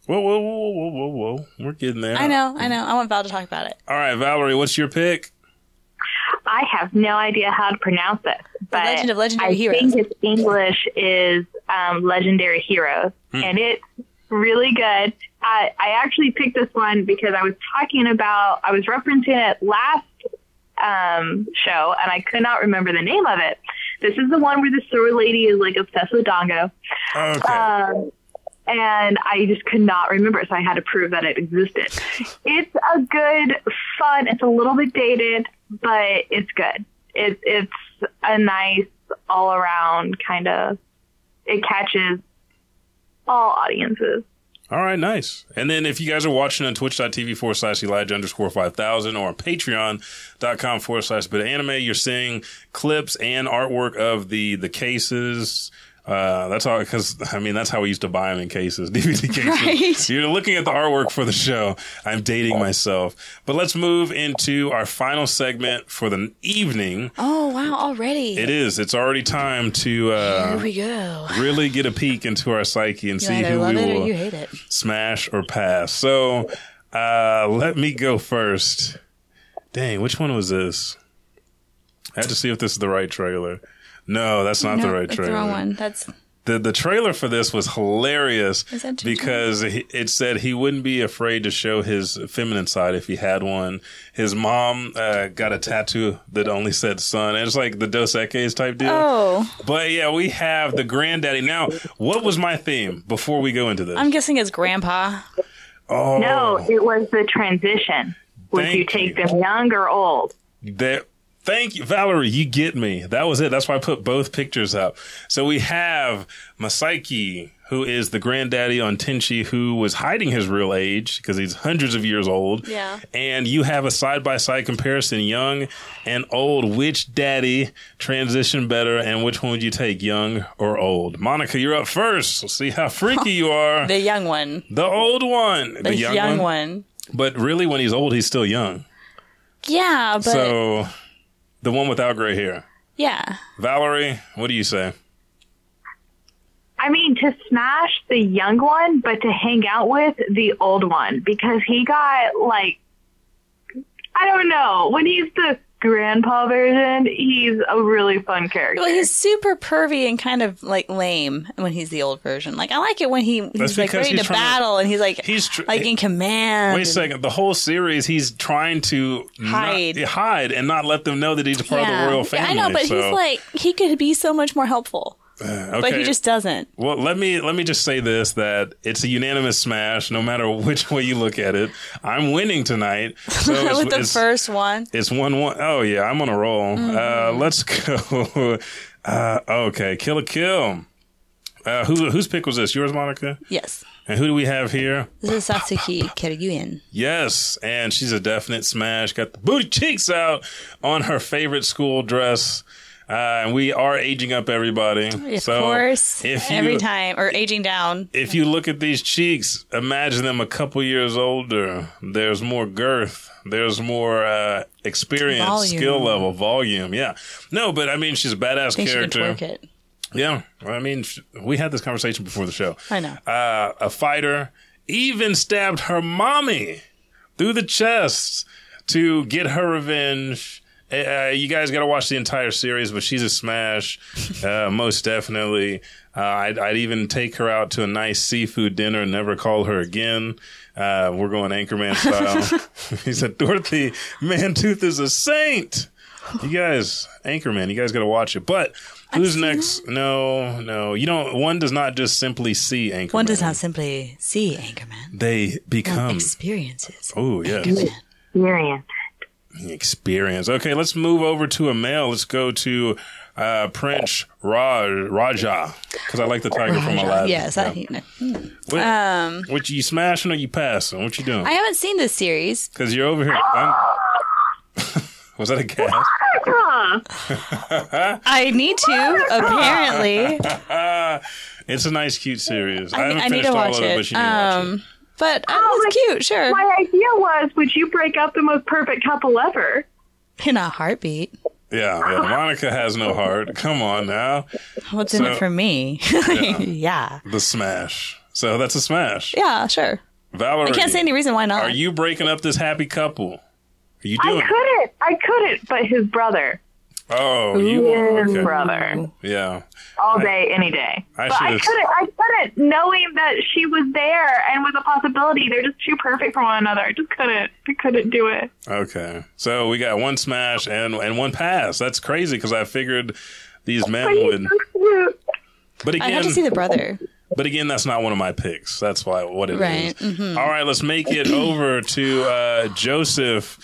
Speaker 7: Whoa, whoa, whoa, whoa, whoa, whoa! We're getting there.
Speaker 2: I know, I know. I want Val to talk about it.
Speaker 7: All right, Valerie, what's your pick?
Speaker 4: I have no idea how to pronounce it. But
Speaker 2: Legend of Legendary
Speaker 4: I
Speaker 2: Heroes.
Speaker 4: think its English is um, Legendary Heroes, and it's really good. I, I actually picked this one because I was talking about, I was referencing it last um, show, and I could not remember the name of it. This is the one where the sewer lady is like obsessed with Dongo.
Speaker 7: Okay,
Speaker 2: Uh,
Speaker 4: Um, and I just could not remember it, so I had to prove that it
Speaker 7: [LAUGHS]
Speaker 4: existed. It's a good, fun. It's a little bit dated, but it's good. It, it's a nice all around kind of. It catches all audiences.
Speaker 7: All right, nice. And then if you guys are watching on twitch.tv forward slash Elijah underscore 5000 or on patreon.com forward slash bit of anime, you're seeing clips and artwork of the, the cases. Uh, that's all, cause I mean, that's how we used to buy them in cases, [LAUGHS] DVD cases. You're looking at the artwork for the show. I'm dating myself, but let's move into our final segment for the evening.
Speaker 2: Oh wow, already.
Speaker 7: It is, it's already time to, uh,
Speaker 2: Here we go.
Speaker 7: really get a peek into our psyche and
Speaker 2: You
Speaker 7: see
Speaker 2: either
Speaker 7: who
Speaker 2: love
Speaker 7: we
Speaker 2: it
Speaker 7: will
Speaker 2: or you hate it.
Speaker 7: smash or pass. So uh, let me go first. Dang, which one was this? I had to see if this is the right trailer. No, that's not the
Speaker 2: No,
Speaker 7: right
Speaker 2: that's
Speaker 7: trailer.
Speaker 2: the wrong one. That's
Speaker 7: The the trailer for this was hilarious
Speaker 2: Is that Jim
Speaker 7: because he, it said he wouldn't be afraid to show his feminine side if he had one. His mom uh, got a tattoo that only said "son." And it's like the Dos Equis type deal.
Speaker 2: oh,
Speaker 7: But yeah, we have the granddaddy. Now, what was my theme before we go into this?
Speaker 2: I'm guessing it's Grandpa.
Speaker 7: oh,
Speaker 4: No, it was the transition. Would
Speaker 7: Thank
Speaker 4: you take
Speaker 7: you.
Speaker 4: them young or old?
Speaker 7: There. Thank you, Valerie. You get me. That was it. That's why I put both pictures up. So we have Masaiki, who is the granddaddy on Tenchi, who was hiding his real age because he's hundreds of years old.
Speaker 2: Yeah.
Speaker 7: And you have a side by side comparison, young and old. Which daddy transitioned better, and which one would you take, young or old? Monica, you're up first. We'll see how freaky you are.
Speaker 2: [LAUGHS] The young one.
Speaker 7: The old one, the,
Speaker 2: The
Speaker 7: young, one.
Speaker 2: one.
Speaker 7: But really, when he's old, he's still young.
Speaker 2: Yeah, but
Speaker 7: so the one without gray hair.
Speaker 2: yeah.
Speaker 7: Valerie, what do you say?
Speaker 4: I mean, to smash the young one, but to hang out with the old one because he got like, I don't know. When he's the grandpa version, he's a really fun character.
Speaker 2: Well, he's super pervy and kind of like lame when he's the old version. Like I like it when he
Speaker 7: That's
Speaker 2: he's like
Speaker 7: because
Speaker 2: ready
Speaker 7: he's
Speaker 2: to
Speaker 7: trying to-
Speaker 2: battle and he's like
Speaker 7: he's tr-
Speaker 2: like in command.
Speaker 7: Wait a second. The whole series, he's trying to not-
Speaker 2: Hide.
Speaker 7: hide and not let them know that he's a part of the royal family.
Speaker 2: I know, but
Speaker 7: so-
Speaker 2: he's like he could be so much more helpful,
Speaker 7: okay.
Speaker 2: but he just doesn't.
Speaker 7: Well, let me let me just say this: that it's a unanimous smash, no matter [LAUGHS] which way you look at it. I'm
Speaker 2: [LAUGHS]
Speaker 7: winning tonight. So it's,
Speaker 2: With the
Speaker 7: it's-
Speaker 2: first one,
Speaker 7: It's one one. Oh yeah, I'm on a roll. Uh,
Speaker 2: Mm-hmm.
Speaker 7: let's [LAUGHS] go. Uh, okay, kill a kill. Uh, who whose pick was this? Yours, Monica.
Speaker 2: yes,
Speaker 7: And who do we have here?
Speaker 2: this is Satsuki Kiryuin.
Speaker 7: Yes, and she's a definite smash. Got the booty cheeks out on her favorite school dress. Uh, and we are aging up everybody.
Speaker 2: Of
Speaker 7: so
Speaker 2: course,
Speaker 7: if you,
Speaker 2: every time or aging down.
Speaker 7: if you look at these cheeks, imagine them a couple years older. There's more girth. There's more uh, experience,
Speaker 2: Volume.
Speaker 7: skill level, volume. Yeah. No, but I mean, she's a
Speaker 2: I
Speaker 7: badass
Speaker 2: think she can
Speaker 7: character.
Speaker 2: twerk it.
Speaker 7: Yeah, I mean, sh- we had this conversation before the show.
Speaker 2: I know.
Speaker 7: Uh, a fighter even stabbed her mommy through the chest to get her revenge. Uh, you guys got to watch the entire series, but she's a smash, uh, [LAUGHS] most definitely. Uh, I'd, I'd even take her out to a nice seafood dinner and never call her again. Uh, we're going
Speaker 2: [LAUGHS]
Speaker 7: Anchorman style. [LAUGHS] he said, Dorothy, Mantooth is a saint. You guys, Anchorman, you guys got to watch it. But who's next? No, no. You don't, one does not just simply see Anchorman.
Speaker 2: One does not simply see Anchorman.
Speaker 7: They
Speaker 2: One
Speaker 7: become.
Speaker 2: experiences.
Speaker 7: Oh, yes.
Speaker 9: Experience.
Speaker 7: experience. Okay, let's move over to a male. Let's go to uh, Prince Raj, Raja because I like the tiger from Aladdin.
Speaker 2: Yes, I you know.
Speaker 7: What, um, what you smashing or you passing? What you doing?
Speaker 2: Uh, I haven't seen this series.
Speaker 7: Because you're over here. I'm, [LAUGHS] was that a gas?
Speaker 4: Huh.
Speaker 2: I need
Speaker 7: Oh
Speaker 2: to, apparently.
Speaker 7: It's a nice, cute series. I,
Speaker 2: I,
Speaker 7: haven't
Speaker 2: I need
Speaker 7: finished
Speaker 2: to
Speaker 7: all
Speaker 2: watch
Speaker 7: of
Speaker 2: it.
Speaker 7: it, but you need to watch
Speaker 2: um, but uh,
Speaker 7: Oh
Speaker 2: it's
Speaker 4: like-
Speaker 2: cute, sure.
Speaker 4: My idea was, would you break up the most perfect couple ever?
Speaker 2: In a heartbeat.
Speaker 7: it. Yeah, yeah. Monica has no heart. Come on now,
Speaker 2: What's in
Speaker 7: So-
Speaker 2: it for me? [LAUGHS] Yeah. yeah.
Speaker 7: the smash. So that's a smash.
Speaker 2: sure.
Speaker 7: Valerie,
Speaker 2: I can't see any reason why not.
Speaker 7: Are you breaking up this happy couple? Are you doing?
Speaker 4: I
Speaker 7: it?
Speaker 4: couldn't. I couldn't. But his brother,
Speaker 7: Oh, you are.
Speaker 4: his
Speaker 7: Okay.
Speaker 4: brother,
Speaker 7: Yeah.
Speaker 4: all day, any day.
Speaker 7: I
Speaker 4: but I
Speaker 7: should've-
Speaker 4: couldn't. I couldn't, knowing that she was there and was a possibility. They're just too perfect for one another. I just couldn't. I couldn't do it.
Speaker 7: Okay. So we got one smash and and one pass. That's crazy because I figured these
Speaker 4: But
Speaker 7: men
Speaker 4: he's
Speaker 7: would.
Speaker 4: so cute.
Speaker 7: But
Speaker 2: I
Speaker 7: again,
Speaker 2: have to see the brother.
Speaker 7: but again, that's not one of my picks. That's why what it is.
Speaker 2: Right. Mm-hmm.
Speaker 7: All right, let's make it over to uh, Joseph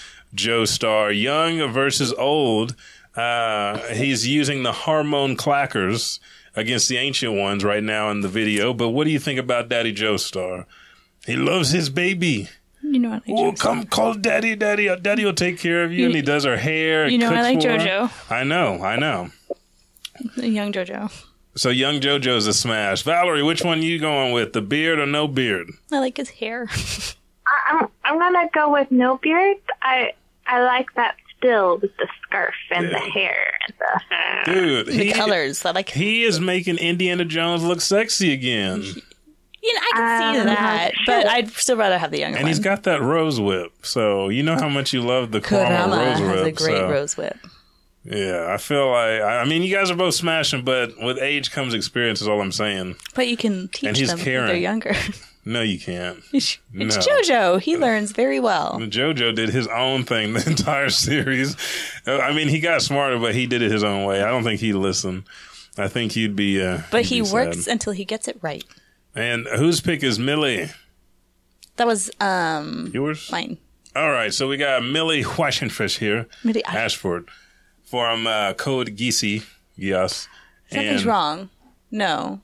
Speaker 7: Joestar, young versus old. Uh, he's using the hormone clackers against the ancient ones right now in the video. But what do you think about Daddy Joestar? He loves his baby.
Speaker 2: You know what? I
Speaker 7: Well, come call daddy, daddy. Uh, Daddy will take care of you. and he does her hair.
Speaker 2: you know, I like
Speaker 7: JoJo. I know, I know.
Speaker 2: like young JoJo.
Speaker 7: So young JoJo's a smash. Valerie, which one you going with? The beard or no beard?
Speaker 2: I like his
Speaker 7: [LAUGHS]
Speaker 2: hair.
Speaker 4: I- I'm. I'm gonna go with no beard. I. I like that still with the scarf and the hair and the.
Speaker 7: Dude, he,
Speaker 2: Colors. I like.
Speaker 7: he is making Indiana Jones look sexy again.
Speaker 2: You know, I can see that, but I'd still rather have the younger
Speaker 7: And
Speaker 2: one.
Speaker 7: he's got that rose whip. So you know how much you love the Kurama
Speaker 2: Kurama
Speaker 7: rose
Speaker 2: has
Speaker 7: whip.
Speaker 2: a great
Speaker 7: so-
Speaker 2: rose whip.
Speaker 7: Yeah, I feel like I I mean you guys are both smashing, but with age comes experience is all I'm saying.
Speaker 2: But you can teach
Speaker 7: he's
Speaker 2: them
Speaker 7: Karen.
Speaker 2: when they're younger. [LAUGHS]
Speaker 7: No you can't.
Speaker 2: it's
Speaker 7: No.
Speaker 2: JoJo. He learns very well.
Speaker 7: JoJo did his own thing the [LAUGHS] entire series. Uh, I mean, he got smarter, but he did it his own way. I don't think he listened. I think he'd be. Uh,
Speaker 2: But
Speaker 7: he'd
Speaker 2: he
Speaker 7: be
Speaker 2: works
Speaker 7: sad.
Speaker 2: until he gets it right.
Speaker 7: And whose pick is Millie?
Speaker 2: That was um
Speaker 7: Yours.
Speaker 2: mine.
Speaker 7: All right, so we got Millie Washingfish here,
Speaker 2: Millie Wash-
Speaker 7: Ashford, from uh, Code Geese. Yes.
Speaker 2: Something's
Speaker 7: And-
Speaker 2: wrong. No.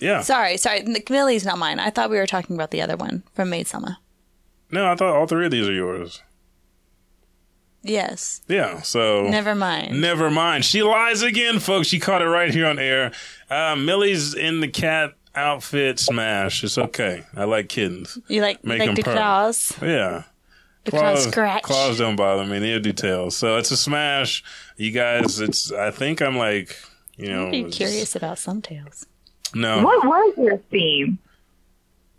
Speaker 7: Yeah.
Speaker 2: Sorry, sorry. Millie's not mine. I thought we were talking about the other one from Maid Sama.
Speaker 7: No, I thought all three of these are yours.
Speaker 2: Yes.
Speaker 7: Yeah. So
Speaker 2: Never mind.
Speaker 7: Never mind. She lies again, folks. She caught it right here on air. Uh, Millie's in the cat outfit smash. It's okay. I like kittens.
Speaker 2: You like
Speaker 7: Make
Speaker 2: like
Speaker 7: them
Speaker 2: the
Speaker 7: purr.
Speaker 2: claws.
Speaker 7: Yeah.
Speaker 2: The claws scratch.
Speaker 7: claws don't bother me. Neither do tails. So it's a smash. You guys, it's. I think I'm like, you know,
Speaker 2: I'm curious about some tails.
Speaker 7: No,
Speaker 4: What was your theme?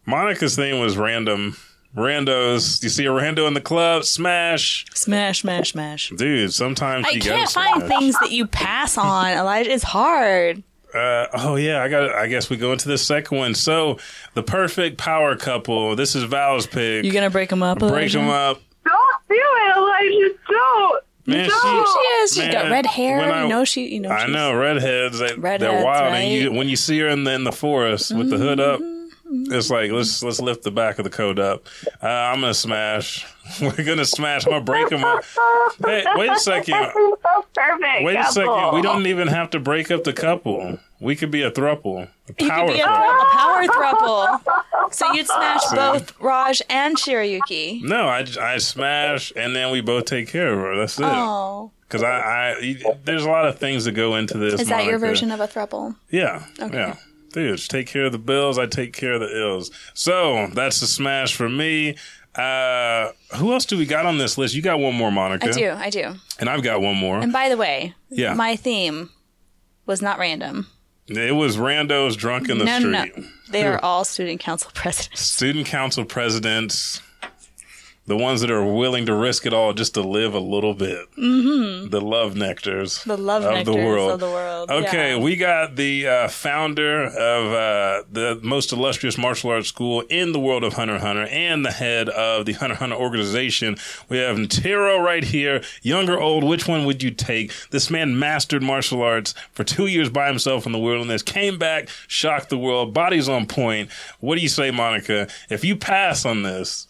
Speaker 7: Monica's thing was random. Randos. You see a rando in the club? Smash,
Speaker 2: Smash, smash, smash.
Speaker 7: dude. Sometimes
Speaker 2: I
Speaker 7: you
Speaker 2: can't
Speaker 7: gotta
Speaker 2: find
Speaker 7: smash.
Speaker 2: things that you pass on, Elijah. It's hard.
Speaker 7: Uh, oh yeah, I got. I guess we go into the second one. So the perfect power couple. This is Val's pick.
Speaker 2: You gonna break them up?
Speaker 7: break them up.
Speaker 4: Don't do it, Elijah. Don't.
Speaker 7: Man,
Speaker 4: don't.
Speaker 7: she-
Speaker 2: She is. She's
Speaker 7: Man,
Speaker 2: got red hair.
Speaker 7: when I-
Speaker 2: you know she. You know.
Speaker 7: I
Speaker 2: she's-
Speaker 7: know redheads. They, they're
Speaker 2: Redheads,
Speaker 7: wild, and you
Speaker 2: right? Mm-hmm,
Speaker 7: when you see her in the in the forest with the hood up, it's like let's let's lift the back of the coat up. Uh, I'm gonna smash. [LAUGHS] We're gonna smash. I'm gonna break them up. Hey, wait a second.
Speaker 4: so perfect.
Speaker 7: Wait a
Speaker 4: couple.
Speaker 2: [LAUGHS]
Speaker 7: second. We don't even have to break up the couple. We could be a thruple. A
Speaker 2: You
Speaker 7: power
Speaker 2: could be a,
Speaker 7: couple.
Speaker 2: a power throuple. So you'd smash both Raj and Shiryuki.
Speaker 7: No, I, j- I smash and then we both take care of her. That's it.
Speaker 2: Oh,
Speaker 7: Because I, I you- there's a lot of things that go into this.
Speaker 2: is that your
Speaker 7: Monica.
Speaker 2: version of a throuple?
Speaker 7: Yeah. Yeah. Dude, just take care of the bills. I take care of the ills. So that's a smash for me. Uh, who else do we got on this list? You got one more, Monica.
Speaker 2: I do. I do.
Speaker 7: And I've got one more.
Speaker 2: And by the way,
Speaker 7: yeah.
Speaker 2: my theme was not random.
Speaker 7: It was randos drunk in the
Speaker 2: No,
Speaker 7: street.
Speaker 2: no, no. They are all student council [LAUGHS] presidents.
Speaker 7: Student council presidents, the ones that are willing to risk it all just to live a little bit. Mm-hmm. The love nectars.
Speaker 2: The love
Speaker 7: of the
Speaker 2: nectars
Speaker 7: world.
Speaker 2: of the world,
Speaker 7: Okay,
Speaker 2: yeah.
Speaker 7: we got the uh, founder of uh, the most illustrious martial arts school in the world of Hunter x Hunter and the head of the Hunter x Hunter organization. We have Ntero right here, young or old, which one would you take? This man mastered martial arts for two years by himself in the wilderness, came back, shocked the world, body's on point. What do you say, Monica? If you pass on this,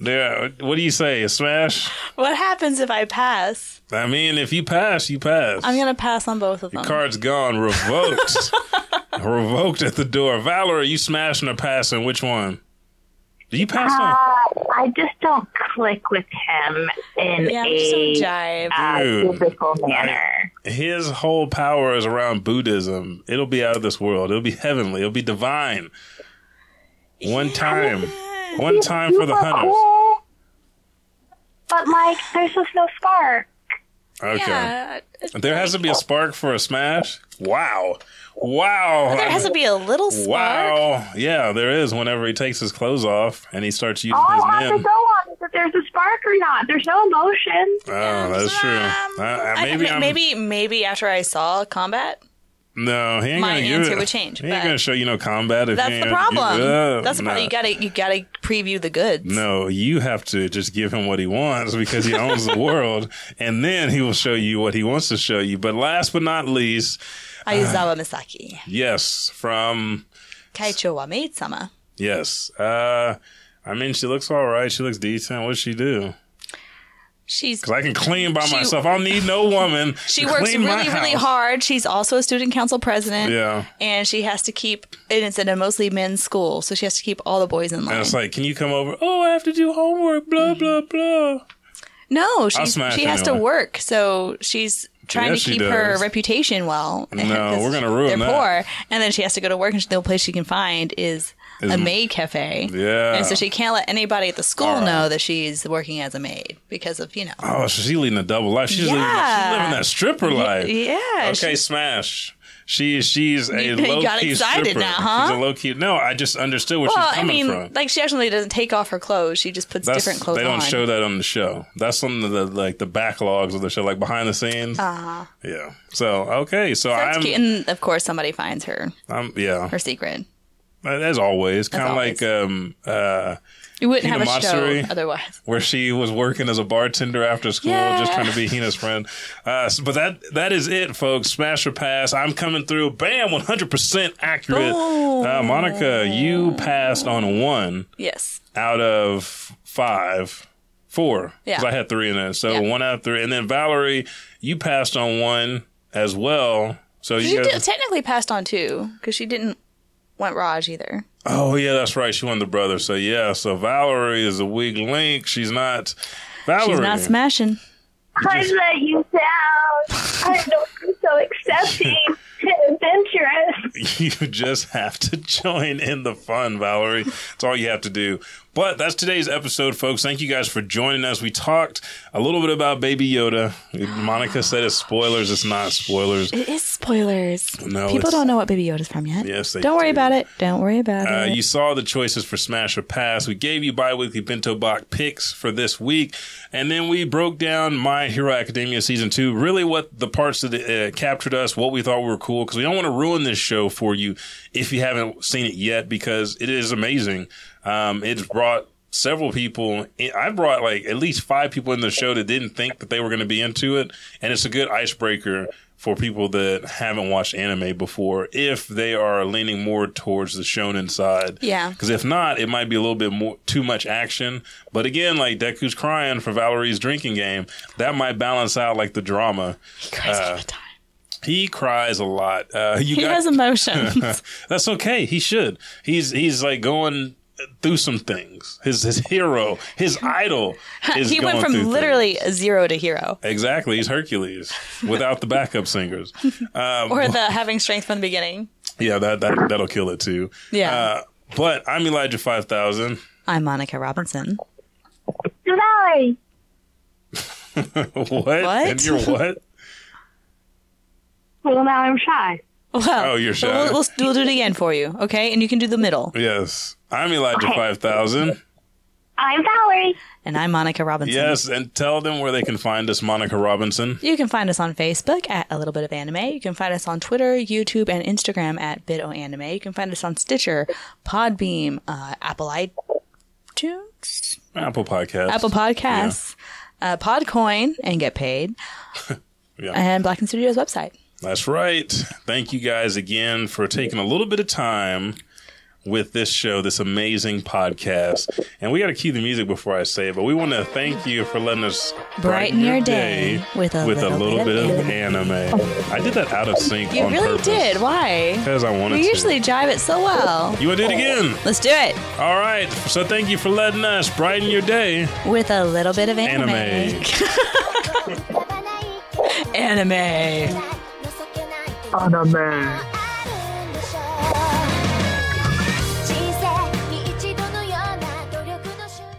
Speaker 7: there, what do you say? A smash?
Speaker 2: What happens if I pass?
Speaker 7: I mean, if you pass, you pass.
Speaker 2: I'm gonna pass on both of them.
Speaker 7: Card's
Speaker 2: [LAUGHS]
Speaker 7: gone, revoked. revoked at the door. Valerie, you smashing or passing? Which one? Do you pass
Speaker 2: Ah.
Speaker 10: uh, I just don't click with him in
Speaker 2: yeah, I'm
Speaker 7: [LAUGHS]
Speaker 2: just
Speaker 10: a
Speaker 2: so jive.
Speaker 10: uh,
Speaker 7: Dude.
Speaker 10: physical manner.
Speaker 7: on? His whole power is around Buddhism. It'll be out of this world. It'll be heavenly. It'll be divine. One time. One time for the
Speaker 10: Super
Speaker 7: hunters.
Speaker 10: cool, but like, there's just no spark.
Speaker 7: Okay.
Speaker 2: Yeah,
Speaker 7: There has to be a spark for a smash? Wow. Wow.
Speaker 2: there has to be a little spark.
Speaker 7: Wow. Yeah, there is whenever he takes his clothes off and he starts using
Speaker 10: All
Speaker 2: Oh,
Speaker 7: his
Speaker 10: I have
Speaker 7: men.
Speaker 10: to go on is if there's a spark or not. There's no emotion.
Speaker 7: Oh, that's true. I, I,
Speaker 2: Um, I-
Speaker 7: Uh, maybe
Speaker 2: ma-
Speaker 7: I'm,
Speaker 2: maybe maybe after I saw combat,
Speaker 7: no. He ain't
Speaker 2: my
Speaker 7: gonna give
Speaker 2: answer
Speaker 7: it-
Speaker 2: would change,
Speaker 7: He ain't
Speaker 2: but-
Speaker 7: gonna show you no combat. If he
Speaker 2: that's
Speaker 7: ain't
Speaker 2: the problem.
Speaker 7: give it up.
Speaker 2: that's the problem.
Speaker 7: No.
Speaker 2: You gotta you gotta preview the goods.
Speaker 7: No, you have to just give him what he wants because he owns the world, and then he will show you what he wants to show you. But last but not least,
Speaker 2: Aizawa Misaki,
Speaker 7: yes, from
Speaker 2: Kaicho wa Maid-sama.
Speaker 7: yes. Uh, I mean, she looks all right. She looks decent. What'd she do?
Speaker 2: She's
Speaker 7: 'Cause I can clean by myself. I'll need no woman.
Speaker 2: [LAUGHS] she
Speaker 7: to
Speaker 2: works
Speaker 7: clean my
Speaker 2: really really
Speaker 7: house.
Speaker 2: hard. She's also a student council president.
Speaker 7: Yeah.
Speaker 2: And she has to keep, and it's in a mostly men's school, so she has to keep all the boys in
Speaker 7: And
Speaker 2: line.
Speaker 7: it's like, can you come over? Oh, I have to do homework.
Speaker 2: Mm-hmm.
Speaker 7: Blah blah blah.
Speaker 2: No, she's,
Speaker 7: smash
Speaker 2: she has
Speaker 7: anyone.
Speaker 2: to work, so she's trying
Speaker 7: Yeah,
Speaker 2: to
Speaker 7: she
Speaker 2: keep her
Speaker 7: does.
Speaker 2: reputation well. [LAUGHS]
Speaker 7: No, we're gonna
Speaker 2: to
Speaker 7: ruin
Speaker 2: They're
Speaker 7: that.
Speaker 2: poor, and then she has to go to work, and the only place she can find is, a maid cafe.
Speaker 7: Yeah.
Speaker 2: and so she can't let anybody at the school know that she's working as a maid because of you know.
Speaker 7: Oh, so she's leading a double life. She's, living,
Speaker 2: Yeah.
Speaker 7: she's living that stripper life.
Speaker 2: yeah,
Speaker 7: Okay, smash. She she's a
Speaker 2: [LAUGHS] You- you
Speaker 7: low
Speaker 2: got
Speaker 7: key
Speaker 2: excited
Speaker 7: stripper.
Speaker 2: now, huh?
Speaker 7: She's a low key. No, I just understood where
Speaker 2: Well,
Speaker 7: she's
Speaker 2: I mean,
Speaker 7: coming from.
Speaker 2: like she actually doesn't take off her clothes; she just puts
Speaker 7: That's,
Speaker 2: different clothes
Speaker 7: they don't
Speaker 2: on.
Speaker 7: show that on the show. That's some of the like the backlogs of the show, like behind the scenes. Uh-huh. Yeah. So okay, so,
Speaker 2: That's
Speaker 7: I'm,
Speaker 2: cute. And of course, somebody finds her
Speaker 7: I'm yeah.
Speaker 2: her secret.
Speaker 7: As always, kind of
Speaker 2: always.
Speaker 7: like um uh
Speaker 2: You wouldn't
Speaker 7: Hina
Speaker 2: have a
Speaker 7: Matsuri.
Speaker 2: show otherwise.
Speaker 7: where she was working as a bartender after school, just trying to be Hina's friend. Uh, s- but that that is it, folks. Smash or pass. I'm coming through. Bam, 100% accurate. Uh, Monica, you passed on one
Speaker 2: Yes,
Speaker 7: out of five, four. Because
Speaker 2: Yeah.
Speaker 7: I had three in there. So
Speaker 2: Yeah.
Speaker 7: one out of three. And then Valerie, you passed on one as well. So
Speaker 2: she
Speaker 7: you
Speaker 2: did,
Speaker 7: guys,
Speaker 2: technically passed on two because she didn't want Raj either.
Speaker 7: oh yeah, that's right. She won the brother. So yeah, so Valerie is a weak link. She's not Valerie.
Speaker 2: She's not smashing.
Speaker 10: I let you down.
Speaker 7: [LAUGHS]
Speaker 10: I know you're so accepting and adventurous.
Speaker 7: you just have to join in the fun, Valerie. It's all you have to do. But that's today's episode, folks. Thank you guys for joining us. We talked a little bit about Baby Yoda. Monica said it's spoilers. It's not spoilers.
Speaker 2: It is spoilers.
Speaker 7: No,
Speaker 2: People
Speaker 7: it's-
Speaker 2: don't know what Baby Yoda's from yet.
Speaker 7: Yes, they
Speaker 2: don't
Speaker 7: do.
Speaker 2: worry about it. Don't worry about
Speaker 7: Uh,
Speaker 2: it.
Speaker 7: you saw the choices for Smash or Pass. We gave you bi-weekly bento box picks for this week. And then we broke down My Hero Academia Season 2, really what the parts that uh, captured us, what we thought were cool, because we don't want to ruin this show for you if you haven't seen it yet, because it is amazing. Um, it's brought several people in, i brought like at least five people in the show that didn't think that they were going to be into it and it's a good icebreaker for people that haven't watched anime before if they are leaning more towards the shonen side
Speaker 2: Yeah.
Speaker 7: because if not it might be a little bit more too much action but again like deku's crying for valerie's drinking game that might balance out like the drama
Speaker 2: Cries all
Speaker 7: uh,
Speaker 2: the time.
Speaker 7: he cries a lot uh you
Speaker 2: He
Speaker 7: got-
Speaker 2: has emotions.
Speaker 7: [LAUGHS] that's okay. He should. He's he's like going through some things. His his hero,
Speaker 2: [LAUGHS]
Speaker 7: his idol. Is
Speaker 2: he went
Speaker 7: going
Speaker 2: from
Speaker 7: through
Speaker 2: literally
Speaker 7: things.
Speaker 2: zero to hero,
Speaker 7: exactly. He's Hercules without the
Speaker 2: [LAUGHS]
Speaker 7: backup singers. Um,
Speaker 2: or the having strength from the beginning.
Speaker 7: yeah, that that that'll kill it too.
Speaker 2: Yeah.
Speaker 7: Uh, but I'm Elijah Five Thousand. [LAUGHS]
Speaker 2: I'm Monica Robinson.
Speaker 10: Valerie,
Speaker 2: [LAUGHS]
Speaker 7: what? And you're what?
Speaker 10: well now I'm shy.
Speaker 7: oh, you're shy.
Speaker 2: We'll, we'll, we'll do it again for you, okay? And you can do the middle.
Speaker 7: yes. I'm
Speaker 2: [LAUGHS]
Speaker 7: Elijah 5000.
Speaker 11: I'm Valerie.
Speaker 2: And I'm Monica Robinson.
Speaker 7: Yes, and tell them where they can find us, Monica Robinson.
Speaker 2: You can find us on Facebook at A Little Bit of Anime. You can find us on Twitter, YouTube, and Instagram at BitOAnime. You can find us on Stitcher, Podbeam, uh, Apple iTunes,
Speaker 7: Apple Podcast.
Speaker 2: Apple Podcasts, uh, Podcoin, and Get Paid,
Speaker 7: [LAUGHS] Yeah.
Speaker 2: and Black and Studios website.
Speaker 7: That's right. Thank you guys again for taking a little bit of time with this show, this amazing podcast. And we got to cue the music before I say it, but we want to thank you for letting us
Speaker 2: Brighten your day with a little
Speaker 7: bit, of anime. I did that out of sync
Speaker 2: You
Speaker 7: on
Speaker 2: really
Speaker 7: purpose.
Speaker 2: did. Why?
Speaker 7: Because I wanted
Speaker 2: We
Speaker 7: to.
Speaker 2: usually jive it so well.
Speaker 7: you want to do it again?
Speaker 2: Let's do it
Speaker 7: All right. So thank you for letting us brighten your day.
Speaker 2: with a little bit of
Speaker 7: Anime.
Speaker 2: Anime. anime.
Speaker 12: アナメン
Speaker 10: 人生に一度のような努力の瞬間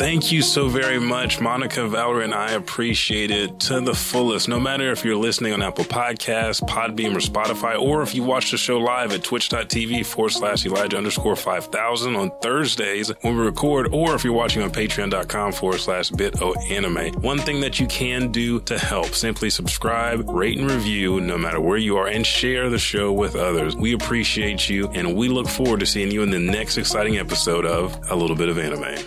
Speaker 7: Thank you so very much, Monica, Valerie, and I appreciate it to the fullest. No matter if you're listening on Apple Podcasts, Podbeam, or Spotify, or if you watch the show live at twitch.tv forward slash Elijah underscore 5000 on Thursdays when we record, or if you're watching on patreon.com forward slash bit o anime. One thing that you can do to help simply subscribe, rate, and review no matter where you are, and share the show with others. We appreciate you, and we look forward to seeing you in the next exciting episode of A Little Bit of Anime.